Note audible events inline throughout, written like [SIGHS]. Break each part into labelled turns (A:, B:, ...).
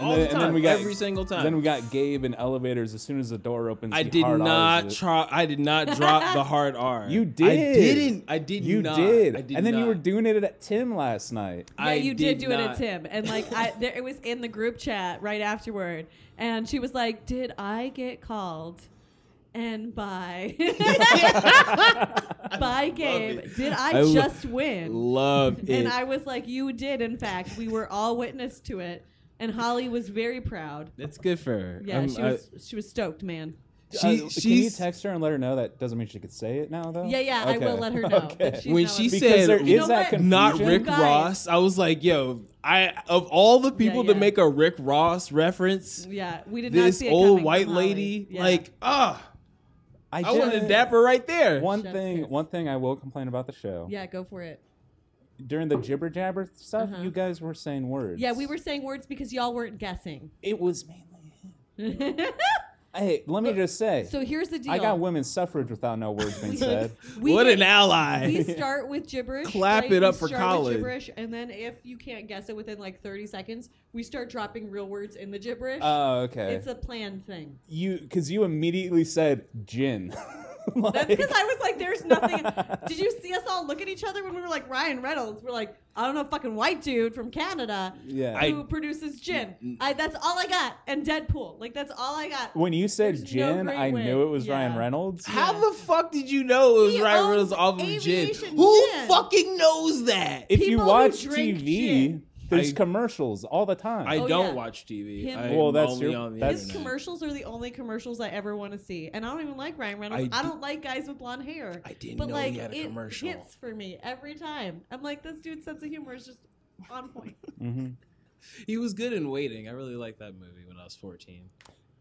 A: all the
B: then-
A: time,
B: and then we got-
A: every single time.
B: Then we got Gabe in elevators. As soon as the door opens,
A: I
B: he
A: did
B: hard
A: not
B: R's it.
A: try. I did not drop
C: [LAUGHS]
A: the hard R.
B: You did.
A: I didn't. I did
B: You
A: not.
B: did.
A: I did
B: and then you
A: not.
B: were doing it at Tim last night.
A: I
C: yeah, you did, do it
A: not.
C: at Tim, and like I, there, it was in the group chat right afterward, and she was like, "Did I get called?" And by [LAUGHS] by Gabe, did I,
A: I lo-
C: just win? [LAUGHS]
A: Love it.
C: And I was like, "You did, in fact. We were all witness to it." And Holly was very proud.
A: That's good for her.
C: Yeah,
A: I'm-
C: she was she was stoked, man.
A: I- she-
B: Uh, can you
A: she's-
B: text her and let her know that doesn't mean she could say it now though?
C: Yeah, yeah, I will
B: Okay. [LAUGHS]
C: let her know.
B: Okay.
C: But she's
A: When
C: not
A: she
C: allowed-
A: said-
B: because there is
A: You
C: know
B: that
C: what?
B: confusion.
A: not
C: Fusion?
A: Rick
C: Guys.
A: Ross. I was like, yo, I of all the people
C: yeah.
A: to make a Rick Ross reference,
C: "Yeah, we did not
A: this
C: see it
A: old
C: coming from
A: white
C: Holly.
A: lady,
C: Yeah.
A: like, ah,
B: I,
A: I wanted
B: did-
A: to dap her right there. [LAUGHS]
B: One
C: Chef's
B: thing,
C: kiss.
B: one thing I will complain about the show
C: yeah, go for it."
B: during the jibber jabber stuff,
C: Uh-huh.
B: you guys were saying words.
C: Yeah, we were saying words because y'all weren't guessing. [LAUGHS]
B: It was mainly. him. Hey, let me just say,
C: So here's the deal.
B: I got women's suffrage without no words being said.
C: [LAUGHS] We
A: what
C: did-
A: an ally. [LAUGHS]
C: We start with gibberish.
A: Clap
C: like,
A: it up
C: we
A: for
C: start with
A: Colin.
C: Gibberish, and then if you can't guess it within like 30 seconds, we start dropping real words in the gibberish.
A: Uh,
B: Oh, okay.
C: it's a
A: [LAUGHS]
C: planned thing.
B: you, because you immediately said gin. [LAUGHS] Like-
C: That's because I was like,
A: [LAUGHS]
C: "There's nothing." Did you see us all look at each other when we were like Ryan Reynolds? We're like, "I don't know, fucking white dude from Canada
B: yeah.
A: I-
C: who produces gin." I, that's all I got, and Deadpool. Like that's all I got.
B: when you said
C: There's no
B: gin,
C: great
B: I
C: way.
B: knew it was
C: Yeah.
B: Ryan Reynolds.
A: How
C: Yeah.
A: the fuck did you know it was
C: He
A: Ryan
C: owns
A: Reynolds off of gin?
C: Aviation
A: Who
C: Gin.
A: fucking knows that?
B: If you
C: people who
B: watch
C: drink
B: TV,
C: gin-
B: there's
A: I-
B: commercials all the time.
A: I
C: Oh,
A: don't
C: yeah.
A: watch TV.
C: Him-
A: I'm
B: Well, that's
A: only
B: your-
A: on the
B: that's-
C: His
A: internet.
C: commercials are the only commercials I ever want to see, and I don't even like Ryan Reynolds.
A: I
C: I, don't like guys with blonde hair.
A: I didn't
C: but
A: know
C: like
A: he had a
C: it
A: commercial.
C: hits for me every time. I'm like, this dude's sense of humor is just
B: [LAUGHS]
C: on point.
B: hmm
A: He was good in Waiting. I really liked that movie when I was 14.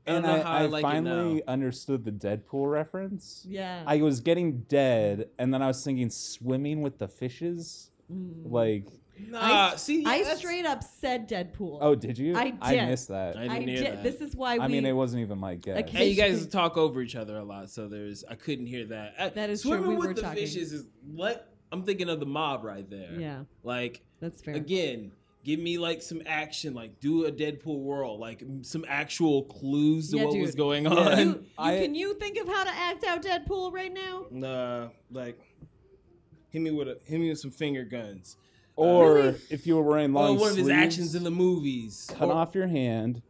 A: I don't
B: And
A: know
B: I,
A: how
B: I,
A: I like it
B: finally
A: now.
B: understood the Deadpool reference.
C: Yeah.
B: I was getting dead, and then I was thinking swimming with the fishes.
C: Mm.
B: Like,
A: Nah, see, yeah,
C: I
A: that's-
C: straight up said Deadpool.
B: oh, did you?
C: I
B: I
C: did.
B: missed that.
A: I
B: I,
A: didn't hear
C: did.
A: that.
C: This is why we.
B: mean, it wasn't even my guess.
C: Like,
A: And you guys talk over each other a lot, so there's I couldn't hear that. I-
C: That is true,
A: swimming
C: we
A: with
C: were
A: the
C: talking.
A: fishes is what I'm thinking of the mob right there.
C: yeah,
A: like
C: that's fair.
A: again, give me like some action, like do a Deadpool whirl, like m- some actual clues to
C: Yeah,
A: what
C: dude.
A: was going
C: You,
A: on.
C: you-
B: I-
C: can you think of how to act out Deadpool right now?
A: [LAUGHS] Nah, like hit me with a hit me with some finger guns.
B: or
C: Really?
B: if you were wearing long
A: Or one of his
B: sleeves,
A: actions in the movies.
B: cut
A: Or-
B: off your hand,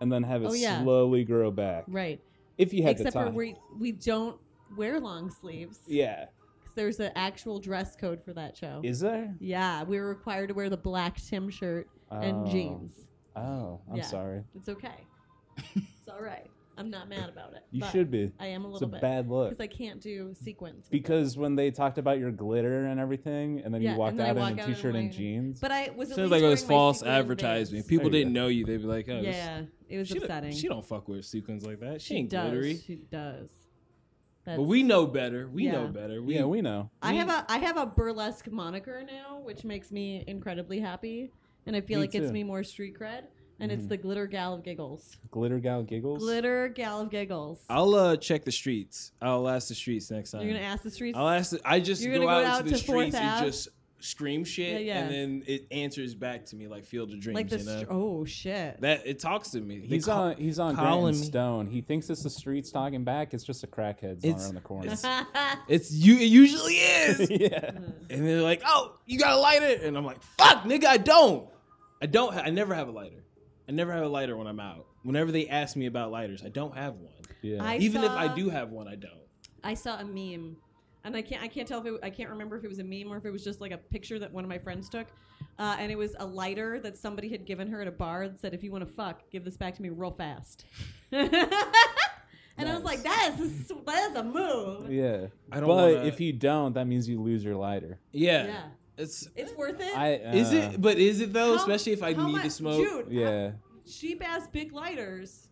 B: and then have it
C: Oh, yeah.
B: slowly grow back.
C: Right.
B: If you had
C: Except
B: the
C: for
B: time.
C: we we don't wear long sleeves.
B: yeah.
C: 'Cause There's an actual dress code for that show.
B: Is there?
C: Yeah, we were required to wear the black Tim shirt and
B: Oh.
C: jeans.
B: Oh, I'm
C: Yeah.
B: sorry.
C: It's okay. it's all right. I'm not mad about it.
B: You
C: but
B: should be.
C: I am a
B: It's a
C: little bit
B: bad look.
C: because I can't do sequins. with it.
B: Because when they talked about your glitter and everything, and then
C: Yeah,
B: you
C: and
B: walked
C: then I
B: out
C: walk
B: in a
C: out in
B: t-shirt and
C: my-
B: jeans.
C: But I was. at
A: Sounds
C: least
A: like it was
C: wearing my
A: false
C: sequin
A: advertisement.
C: bands.
A: People
B: There you
A: didn't
B: go.
A: know you. They'd be like, oh, this-
C: Yeah, it was
A: she,
C: upsetting.
A: Don't, she don't fuck with sequins like that. She,
C: She
A: ain't
C: does.
A: glittery.
C: She does. That's,
A: But we know better. We know
C: Yeah.
A: better. We,
B: yeah, we know.
C: I
A: we-
C: have a I have a burlesque moniker now, which makes me incredibly happy, and I feel
B: Me
C: like gets
B: too.
C: me more street cred. And it's
A: Mm-hmm.
B: Mhm.
C: the glitter gal of giggles.
B: Glitter gal giggles.
C: Glitter gal of giggles.
A: I'll uh, check the streets. I'll ask the streets next time.
C: You're gonna ask the streets.
A: I'll ask. The, I just
C: You're
A: go,
C: gonna go
A: out,
C: out
A: to the
C: to Fourth
A: streets and
C: Ave?
A: just scream shit,
C: Yeah, yeah.
A: and then it answers back to me like Field of Dreams.
C: like
A: you
C: this.
A: know?
C: oh shit. [LAUGHS]
A: that it talks to me. They
B: He's
A: call-
B: on. He's on Grant
A: calling
B: and
A: me.
B: Stone. He thinks it's the streets talking back. It's just a crackhead's
A: It's-
B: around the corner. [LAUGHS]
A: it's- It's you. It usually [LAUGHS] is.
B: yeah.
A: and they're like, "Oh, you got a lighter?" And I'm like, "Fuck, nigga, I don't. I don't. Ha- I never have a lighter. I never have a lighter when I'm out. Whenever they ask me about lighters, I don't have one.
B: Yeah.
C: I
A: Even if
C: saw-
A: I do have one, I don't.
C: [LAUGHS] I saw a meme, and I can't I can't tell if it, I can't remember if it was a meme or if it was just like a picture that one of my friends took, uh, and it was a lighter that somebody had given her at a bar and said, "If you want to fuck, give this back to me real fast." [LAUGHS] and I was
B: Nice.
C: like, "That is a, s- that is a move."
B: yeah.
A: I don't.
B: but
A: wanna-
B: if you don't, that means you lose your lighter.
A: yeah,
C: Yeah,
A: it's
C: it's worth it.
B: I. Uh,
A: is it, but is it though?
C: How-
A: Especially if I
C: how
A: need to
C: much-
A: smoke.
C: Dude, yeah,
B: Yeah.
C: cheap ass big lighters.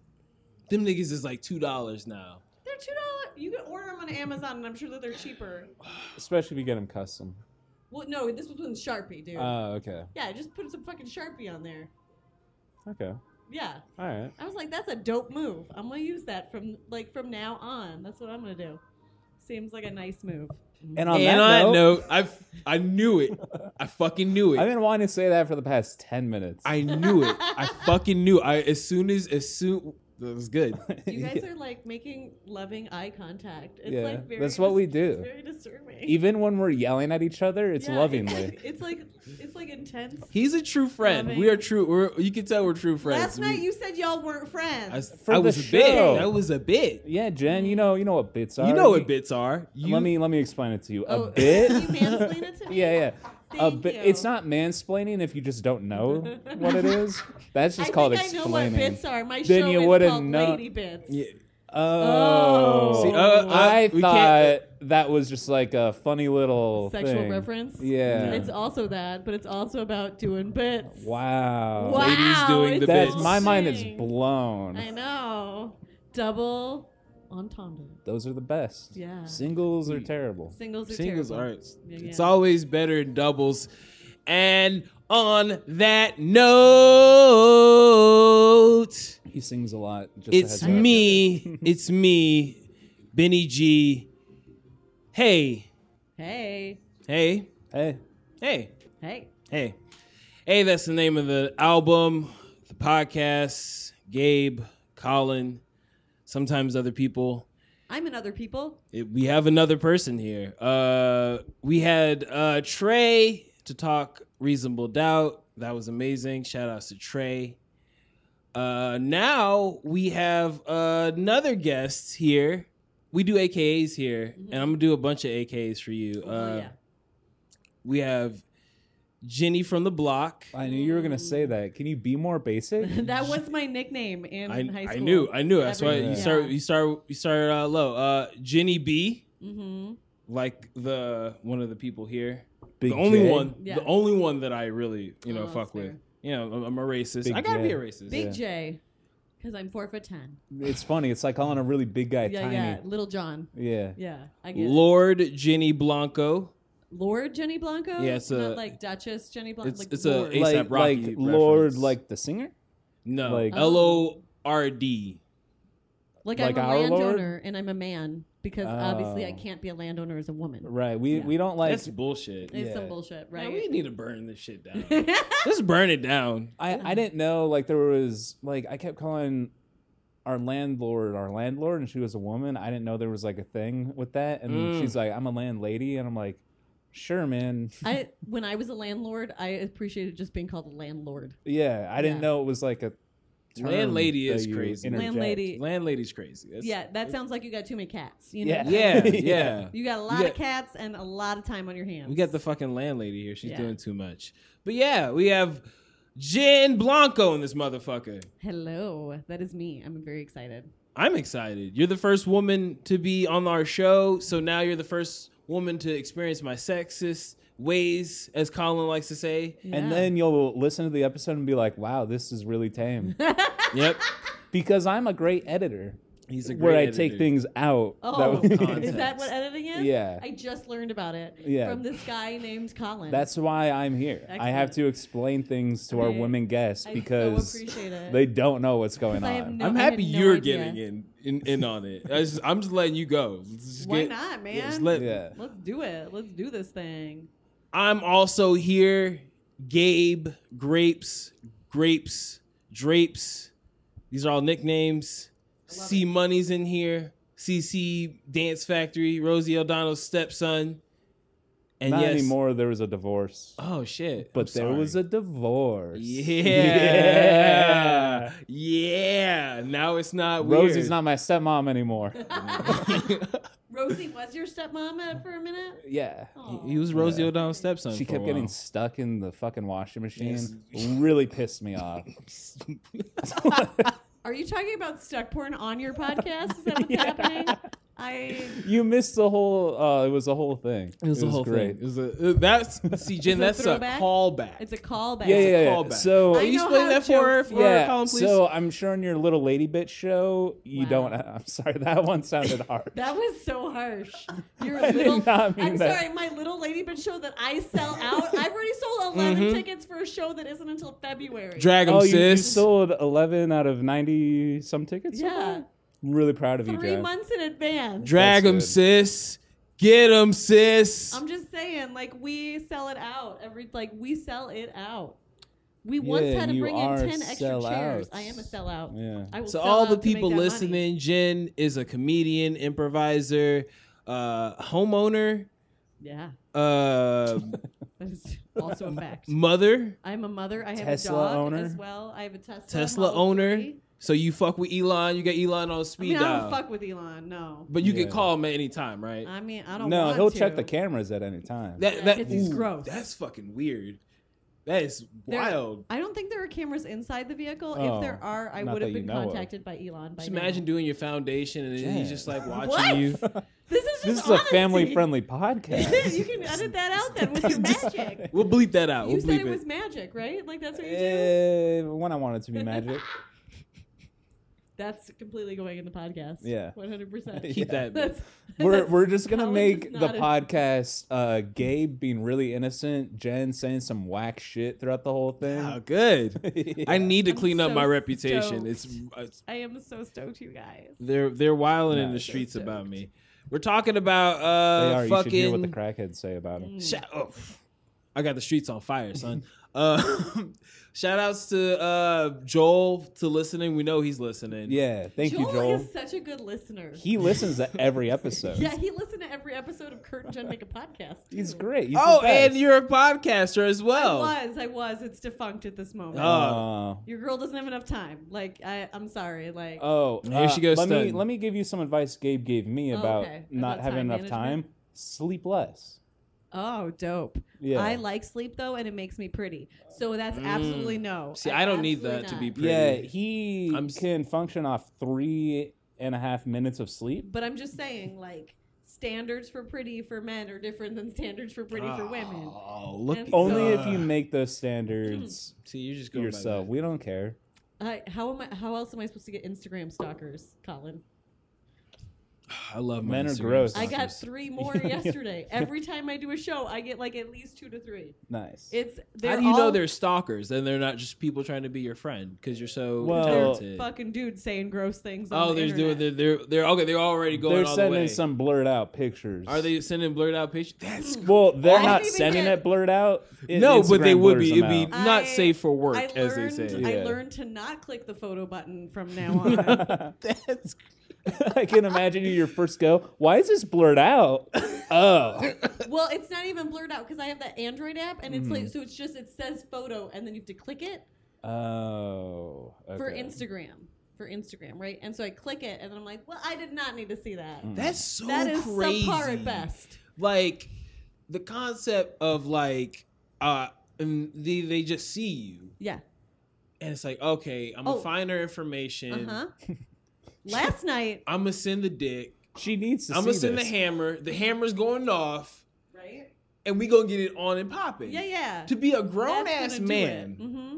A: Them niggas is like two dollars now.
C: They're two dollar. You can order them on Amazon, and I'm sure that they're cheaper.
B: Especially if you get them custom.
C: Well, no, this was with Sharpie, dude.
B: Oh, okay.
C: yeah, just put some fucking Sharpie on there.
B: Okay.
C: Yeah.
B: All right.
C: I was like, that's a dope move. I'm gonna use that from like from now on. That's what I'm gonna do. Seems like a nice move.
B: And on
A: and
B: that
A: on that
B: note,
A: note, I I knew it. I fucking knew it.
B: I've been wanting to say that for the past ten minutes.
A: I knew it. I fucking knew. I as soon as as soon that was good.
C: [LAUGHS] You guys are like making loving eye contact. It's
B: Yeah,
C: like very
B: that's what we
C: dis-
B: do.
C: It's very disturbing.
B: Even when we're yelling at each other, it's
C: Yeah,
B: lovingly.
C: [LAUGHS] It's like it's like intense.
A: He's a true friend.
C: Loving.
A: We are true. We're, you can tell we're true friends.
C: Last night
A: We-
C: you said y'all weren't friends.
A: I, was-
B: For
A: I
B: the
A: was a bit.
B: show.
A: That was a bit.
B: yeah, Jen, you know you know what bits are.
A: You know
B: You-
A: what bits are. You,
B: let me let me explain it to you.
C: Oh, [LAUGHS]
B: a bit.
C: Can you mansplain it to
B: [LAUGHS]
C: me?
B: yeah, yeah. a
C: Thank
B: bit.
C: you.
B: It's not mansplaining if you just don't
C: [LAUGHS]
B: know what it is. That's
C: I
B: just called
C: think
B: explaining.
C: I know what bits are. My
B: Then
C: show
B: you
C: is
B: wouldn't
C: called
B: know-
C: Lady Bits.
A: Yeah.
B: Oh,
C: Oh. See, uh,
A: uh,
B: I
A: we
B: thought
A: can't- uh,
B: that was just like a funny little
C: Sexual
B: thing.
C: reference.
B: Yeah.
C: It's also that, but it's also about doing bits.
B: Wow.
C: Wow,
A: Uh, Ladies doing
C: it's
A: the
B: That's
A: bits.
B: my mind is
C: amazing.
B: blown.
C: I know. Double entendre.
B: Those are the best.
C: Yeah.
B: Singles
A: Mm.
B: are terrible.
C: Singles are
A: singles
C: terrible.
A: are. It's,
C: Yeah, yeah.
A: it's always better in doubles. And on that note.
B: He sings a lot. Just a
A: It's
B: heads up.
A: me. [LAUGHS] it's me, Benny G. Hey,
C: Hey.
A: hey,
B: Hey.
A: hey,
C: Hey.
A: hey, hey. That's the name of the album, the podcast. Gabe, Colin, sometimes other people.
C: I'm in other people.
A: It- we have another person here. Uh, we had uh, Trey to talk reasonable doubt. That was amazing. Shout outs to Trey. Uh, now we have another guest here. We do AKAs here, and I'm gonna do a bunch of AKAs for you.
C: Mm-hmm. Oh,
A: uh,
C: yeah. [LAUGHS]
A: We have Jenny from the block.
B: I knew you were gonna say that. Can you be
A: [LAUGHS]
B: more basic?
C: that was my nickname in
A: I,
C: high school.
A: I knew, I knew. That's why
B: Everything.
A: you start,
C: Yeah.
A: you start, you start uh, low. Uh, Jenny B,
C: Mm-hmm.
A: like the one of the people here.
B: Big
A: the only
B: J?
A: one,
C: Yeah.
A: the only one that I really, you know,
C: Oh, that's
A: fuck
C: fair.
A: with. You know, I'm- I'm a racist.
B: Big
A: I gotta
B: J.
A: be a racist.
C: Big
B: Yeah.
C: J, because I'm four foot ten.
B: It's funny. It's like calling a really big guy
C: Yeah,
B: tiny.
C: yeah. Little John.
B: Yeah.
C: Yeah, I get it.
A: Lord Jenny Blanco.
C: Lord Jenny Blanco.
A: Yeah, it's
C: not
A: a-
C: like Duchess Jenny Blanco.
A: it's-
C: like
A: it's a-
C: Lord.
A: it's-
B: Like,
A: A$AP Rocky
B: like Lord,
A: reference.
B: like the singer.
A: No,
B: Like-
A: L O R D.
C: like,
B: like
C: I'm a
B: our Lord?
C: landowner and I'm a man because obviously I
B: Oh.
C: can't be a landowner as a woman.
B: Right. We
C: Yeah.
B: we don't like.
A: That's bullshit.
C: It's some
B: Yeah.
C: bullshit,
A: Man, we
C: right?
A: need to burn this shit
C: [LAUGHS]
A: down. Let's burn it down.
B: I I didn't know like there was like I kept calling our landlord our landlord and she was a woman. I didn't know there was like a thing with that. And
A: Mm.
B: she's like, I'm a landlady, and I'm like, sure, man.
C: [LAUGHS] I when I was a landlord, I appreciated just being called a landlord.
B: yeah, I didn't
C: Yeah.
B: know it was like a term
A: Landlady
B: that
A: is
B: you
A: crazy.
B: interject.
C: Landlady.
A: Landlady's crazy. That's,
C: yeah, that sounds like you got too many cats. You know?
B: Yeah.
C: [LAUGHS]
A: yeah, yeah.
B: Yeah.
C: You got a lot
A: got-
C: of cats and a lot of time on your hands.
A: We got the fucking landlady here. She's
C: Yeah.
A: doing too much. But yeah, we have Jen Blanco in this motherfucker.
C: Hello, that is me. I'm very excited.
A: I'm excited. You're the first woman to be on our show, so now you're the first woman to experience my sexist ways, as Colin likes to [LAUGHS] say.
C: Yeah.
B: And then you'll listen to the episode and be like, wow, this is really
C: [LAUGHS]
B: tame.
A: Yep,
B: because I'm a great editor
A: he's a great
B: where I
A: editor.
B: take things out.
C: Oh,
B: that-
A: Context.
C: [LAUGHS] is that what editing is?
B: Yeah.
C: I just learned about it
B: Yeah.
C: from this guy named
B: [LAUGHS]
C: Colin.
B: That's why I'm here. I have
C: Excellent.
B: to explain things to our
C: Okay.
B: women guests
C: I so
B: because
C: appreciate it.
B: they don't know what's going
C: I have
B: on.
C: no-
A: I'm
C: I
A: happy
C: had no
A: you're
C: idea.
A: getting in, in in on it. I just, I'm just letting you go. Let's just
C: Why
A: get-
C: not, man?
A: yeah, just let-
B: yeah.
C: Let's do it. Let's do this thing.
A: I'm also here, Gabe, Grapes, Grapes, Drapes. These are all nicknames.
C: love
A: C Money's in here. CC Dance Factory, Rosie O'Donnell's stepson. And
B: Not
A: yes,
B: anymore. There was a divorce.
A: Oh shit.
B: But there was a divorce.
A: Yeah. yeah. Now it's not
B: Rosie's
A: weird. [LAUGHS]
B: not my stepmom
C: [LAUGHS]
B: anymore.
C: Rosie was your stepmom at- for a minute.
B: yeah.
C: Aw.
A: he was Rosie O'Donnell's stepson.
B: She
A: for a
B: kept getting
A: while.
B: stuck in the fucking washing machine.
A: Yes.
B: Really pissed me off.
C: Are you talking about stuck porn
B: [LAUGHS]
C: on your podcast? Is that what's happening? I
B: you missed the whole uh it was the whole thing.
A: It was the whole thing. It was a, that's see, Jen.
C: It
A: that's
C: was a
A: a
C: throwback?
A: callback.
C: it's a callback.
B: Yeah,
A: It's a
B: yeah, yeah.
A: callback.
B: So
A: Will you
C: I know
A: explain
C: how
A: that for her,
C: jokes
A: for
B: yeah,
A: Colin, please?
B: so I'm sure in your little lady bit show, you
C: Wow.
B: don't. [LAUGHS] I'm sorry, that one sounded
A: [LAUGHS]
B: hard.
C: That was
B: [LAUGHS]
C: so harsh. You're
B: I
C: a
B: did
C: little.
B: not mean
C: I'm
B: that.
C: sorry, my little ladybird show that I sell
B: [LAUGHS]
C: out. I've already sold 11
B: Mm-hmm.
C: tickets for a show that isn't until February.
A: Drag him,
B: oh, you, you
A: sis.
B: sold 11 out of 90 some tickets.
C: yeah,
B: I'm really proud of you,
C: three
B: Jack.
C: months in advance.
A: Drag
B: That's
A: him,
B: good.
A: sis. Get him, sis.
C: I'm just saying, like we sell it out every like we sell it out. We once
B: Yeah,
C: had to
B: you
C: bring in
B: are
C: ten extra
B: sellouts.
C: chairs. I am a sellout.
B: Yeah.
C: I will
A: to
C: sell
A: all
C: out
A: the
C: to make
A: people
C: that money.
A: listening, Jen is a comedian, improviser, uh, homeowner,
C: Yeah, [LAUGHS]
A: uh,
C: that is also a fact.
A: mother.
C: I'm a mother. I have
B: Tesla
C: a dog
B: owner.
C: as well. I have a Tesla.
A: Tesla
C: Model
A: owner.
C: 3.
A: So you fuck with Elon. You got Elon on
C: I
A: speed
C: mean, I
A: dial.
C: don't fuck with Elon. No.
A: but you
B: Yeah.
A: can call him at any time, right?
C: I mean, I don't.
B: No,
C: want
B: he'll
C: to.
B: check the cameras at any time.
A: that that
C: Because he's gross.
A: That's fucking weird. That is
C: There-
A: wild.
C: I don't think there are cameras inside the vehicle.
B: Oh,
C: if there are, I
B: not
C: would have
B: that you
C: been
B: know of.
C: contacted by Elon. By
A: Just
C: now.
A: imagine doing your foundation and then he's
B: Jen.
A: just
C: [LAUGHS]
A: like watching
C: What?
A: you.
C: This is
B: [LAUGHS]
C: just
B: this is a
C: honesty.
B: family-friendly podcast.
C: [LAUGHS] you can edit that out
B: [LAUGHS]
C: then with your magic.
A: We'll bleep that out.
C: You
A: we'll
C: said
A: bleep
C: it
A: it.
C: was magic, right? Like that's what you do.
B: Eh, when I want it to be
C: [LAUGHS]
B: magic.
C: That's completely going in the podcast.
B: Yeah.
C: one
B: [LAUGHS]
C: hundred percent.
A: Keep that.
C: That's
B: We're
C: [LAUGHS] that's-
B: we're just gonna
C: Colin
B: make
C: just
B: the
C: nodded.
B: podcast uh Gabe being really innocent, Jen saying some whack shit throughout the whole thing.
A: Oh, good.
B: [LAUGHS]
A: I need to
C: I'm
A: clean up
C: so
A: my reputation. It's, uh, it's
C: I am so stoked, you guys.
A: they're they're wilding in
B: Nah,
A: the
B: they're
A: streets
C: stoked.
A: about me. We're talking about
B: They
A: uh
B: are. You should
A: fucking.
B: hear what the crackheads say about him.
C: Mm.
A: Shout- oh, I got the streets on fire, son. [LAUGHS] uh, shout outs to uh, Joel to listening. We know he's listening.
B: Yeah, thank
C: Joel
B: you, Joel.
C: is such a good listener.
B: He listens
C: [LAUGHS]
B: to every episode.
C: yeah, he listened to every episode of Kurt and Jen make a podcast.
B: he's
C: too.
B: great. He's
A: Oh,
B: the best.
A: and you're a podcaster as well.
C: I was, I was. It's defunct at this moment.
A: Oh.
B: Oh.
C: Your girl doesn't have enough time. Like I, I'm sorry. Like
B: Oh,
A: Here she goes
B: Let me
A: stunned.
B: let me give you some advice Gabe gave me
C: Oh,
B: about
C: okay.
B: not
C: About
B: having
C: time
B: enough
C: management?
B: time. Sleep less.
C: oh, dope.
B: Yeah.
C: I like sleep though, and it makes me pretty. So that's
A: Mm.
C: absolutely no.
A: See, I don't need
C: Absolutely
A: that to
C: not.
A: be pretty.
B: yeah, he
A: I'm s-
B: can function off three and a half minutes of sleep.
C: But I'm just saying, like, standards for pretty for men are different than standards for pretty for women.
A: Oh, look.
C: And
A: at-
B: Only
C: So-
B: if you make those standards
A: see, you're just uh, going by
B: yourself.
A: that.
B: We don't care.
C: I, how am I? How else am I supposed to get Instagram stalkers, Colin?
A: [SIGHS] I love my
B: Men are
A: Instagram
B: gross.
C: I got
A: stalkers.
C: three
A: [LAUGHS]
C: more yesterday. Every time I do a show, I get like at least two to three.
B: Nice.
C: It's
A: How
C: they're
A: do you know
C: all
A: they're stalkers and they're not just people trying to be your friend because you're so
B: Well-
A: talented?
C: fucking dudes saying gross things. On
A: Oh,
C: the
A: they're doing.
C: internet.
A: They're, they're they're okay. They're already going
B: they're
A: all
B: sending
A: the way.
B: some blurred out pictures.
A: Are they sending blurred out pictures? That's
B: Well, they're
C: I
B: not
C: don't even
B: sending
C: get-
B: it blurred out.
A: [LAUGHS]
B: I-
A: no, but they
B: Mm. Instagram
A: would be.
B: blurs
A: It'd
B: them
A: be
B: out.
C: out.
A: not
C: I-
A: safe for work,
C: I
A: as they
C: learned,
A: say.
C: I
B: Yeah.
C: learned to not click the photo button from
A: [LAUGHS]
C: now on. [LAUGHS]
A: That's
B: [LAUGHS] I can imagine you your first go. Why is this
A: [LAUGHS]
B: blurred out? Oh,
C: well, it's not even blurred out because I have that Android app, and it's
A: Mm-hmm.
C: like so it's just it says photo, and then you have to click it.
B: oh.
C: for
B: okay.
C: Instagram. For Instagram, right? And so I click it, and then I'm like, well, I did not need to see that.
B: Hmm.
A: that's Mm. so
C: That is
A: crazy.
C: subpar at best.
A: Like the concept of like uh, and they they just see you
C: Yeah.
A: and it's like okay, I'm gonna
C: Oh.
A: find her information.
C: Uh huh.
A: [LAUGHS]
C: Last night,
A: I'm gonna send the dick.
B: She needs to.
A: I'm
B: see
A: gonna send
B: this.
A: the hammer. The hammer's going off,
C: right?
A: and we gonna get it on and popping.
C: Yeah, yeah.
A: To be a grown ass man,
C: Mm-hmm.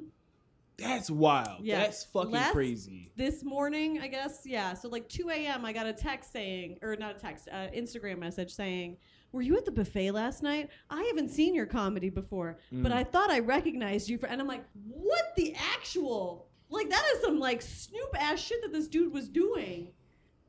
A: that's wild.
C: Yeah.
A: That's fucking
C: Last-
A: crazy.
C: This morning, I guess, yeah. So like 2 a.m., I got a text saying, or not a text, uh, Instagram message saying, "Were you at the buffet last night? I haven't seen your comedy before,
B: Mm.
C: but I thought I recognized you." For and I'm like, "What the actual? Like that is some like Snoop ass shit that this dude was doing."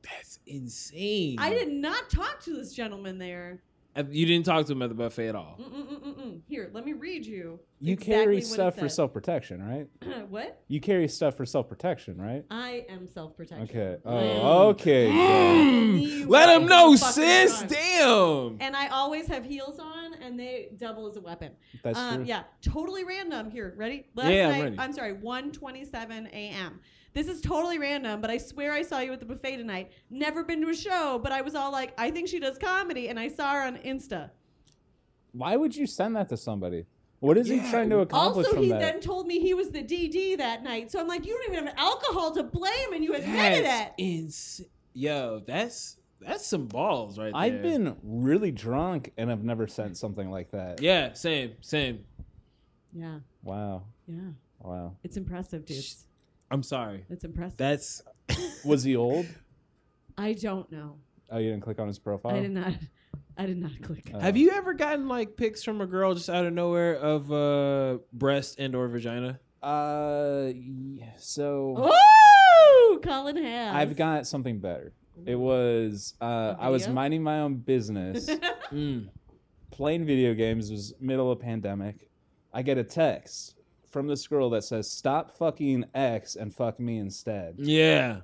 A: That's insane.
C: I did not talk to this gentleman there.
A: Uh, You didn't talk to him at the buffet at all.
C: Mm-mm-mm-mm-mm. Here, let me read you.
B: You
C: exactly what
B: carry
C: it
B: stuff for
C: said.
B: self protection, right?
C: [CLEARS THROAT] what?
B: You carry stuff for self protection, right?
C: I am self protection.
B: Okay.
C: Mm.
B: Oh, okay.
C: [GASPS]
B: Gabe.
C: Mm.
A: Let him know,
C: Fucking
A: sis.
C: drunk.
A: Damn.
C: And I always have heels on, and they double as a weapon.
B: That's
C: um,
B: true.
C: yeah, totally random. Here, ready? Last
A: Yeah, I'm
C: night,
A: ready.
C: I'm sorry, 1:27 a.m. This is totally random, but I swear I saw you at the buffet tonight. Never been to a show, but I was all like, I think she does comedy, and I saw her on Insta.
B: Why would you send that to somebody? What is
A: Yeah.
B: he trying to accomplish
C: Also,
B: from
C: he
B: that?
C: then told me he was the DD that night. So I'm like, you don't even have alcohol to blame, and you admitted
A: That's
C: it.
A: insane. Yo, that's that's some balls right there.
B: I've been really drunk and I've never sent something like that.
A: Yeah, same, same.
C: Yeah,
B: Wow.
C: yeah,
B: Wow.
C: it's impressive,
A: dudes. I'm sorry.
C: It's impressive.
A: That's
B: Was he old?
C: I don't know.
B: Oh, you didn't click on his profile.
C: not. I did not [LAUGHS] click.
B: Oh.
A: Have you ever gotten like pics from a girl just out of nowhere of uh breast and or vagina?
B: Uh, yeah, so
C: Oh, Colin has.
B: I've got something better. It was uh, I was
C: video?
B: minding my own
C: [LAUGHS]
B: business,
A: Mm.
B: playing video games. It was middle of pandemic. I get a text from this girl that says, "Stop fucking X and fuck me instead."
A: Yeah.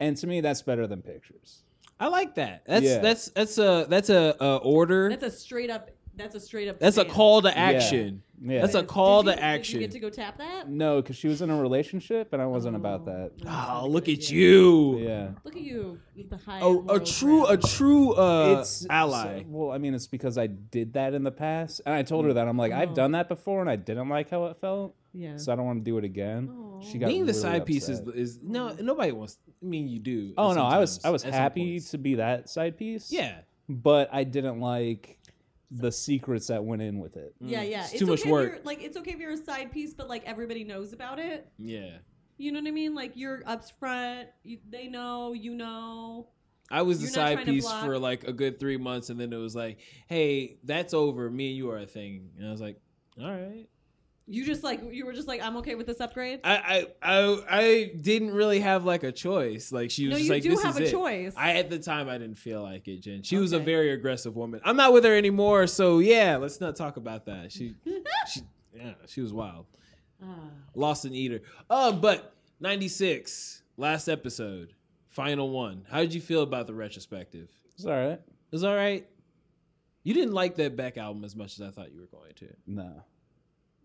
B: And to me, that's better than pictures.
A: I like that. That's
B: Yeah.
A: that's that's a that's a, a order.
C: That's a straight up. That's a straight up.
A: That's a
C: fan.
A: call to action.
B: Yeah.
A: That's a
C: Did
A: call
C: you-
A: to action.
C: Did you get to go tap that?
B: No, because she was in a relationship, and I wasn't about that.
A: Oh, look at
C: Yeah.
A: you. Oh,
B: Yeah.
C: Look at you, with the high.
A: A, a
C: moral
A: true a
C: ground.
A: true uh
B: it's
A: ally. Mm.
B: so- well, I mean, it's because I did that in the past, and I told her that I'm like, I've
C: Oh.
B: done that before, and I didn't like how it felt,
C: yeah.
B: so I don't want to do it again. She
C: Aw.
B: got
A: Being the
B: really
A: side piece is,
B: upset.
A: is no nobody wants. I mean, you do.
B: Oh no, I was
A: sometimes,
B: I was
A: at some
B: happy
A: points.
B: to be that side piece.
A: yeah,
B: but I didn't like the secrets that went in with it.
C: Yeah,
A: Mm.
C: yeah.
A: It's too much
C: okay if
A: work.
C: you're- Like it's okay if you're a side piece, but like everybody knows about it.
A: yeah.
C: You know what I mean? Like you're up front. You, they know. You know.
A: I was the
C: You're not
A: side
C: trying to
A: piece
C: block-
A: for like a good three months, and then it was like, "Hey, that's over. Me and you are a thing." And I was like, "All right."
C: You just like you were just like I'm okay with this upgrade.
A: I I I, I didn't really have like a choice. Like she was
C: no,
A: just
C: you
A: like,
C: do
A: "This is
C: have a
A: it."
C: choice.
A: I at the time I didn't feel like it, Jen. She was a
C: Okay.
A: very aggressive woman. I'm not with her anymore, so yeah, let's not talk about that. [LAUGHS] She she yeah, she was wild.
C: Ah.
A: Lost and Eater. Uh, but 96, last episode, final one. How did you feel about the retrospective? It
B: It's all right.
A: was all right. You didn't like that Beck album as much as I thought you were going to.
B: No,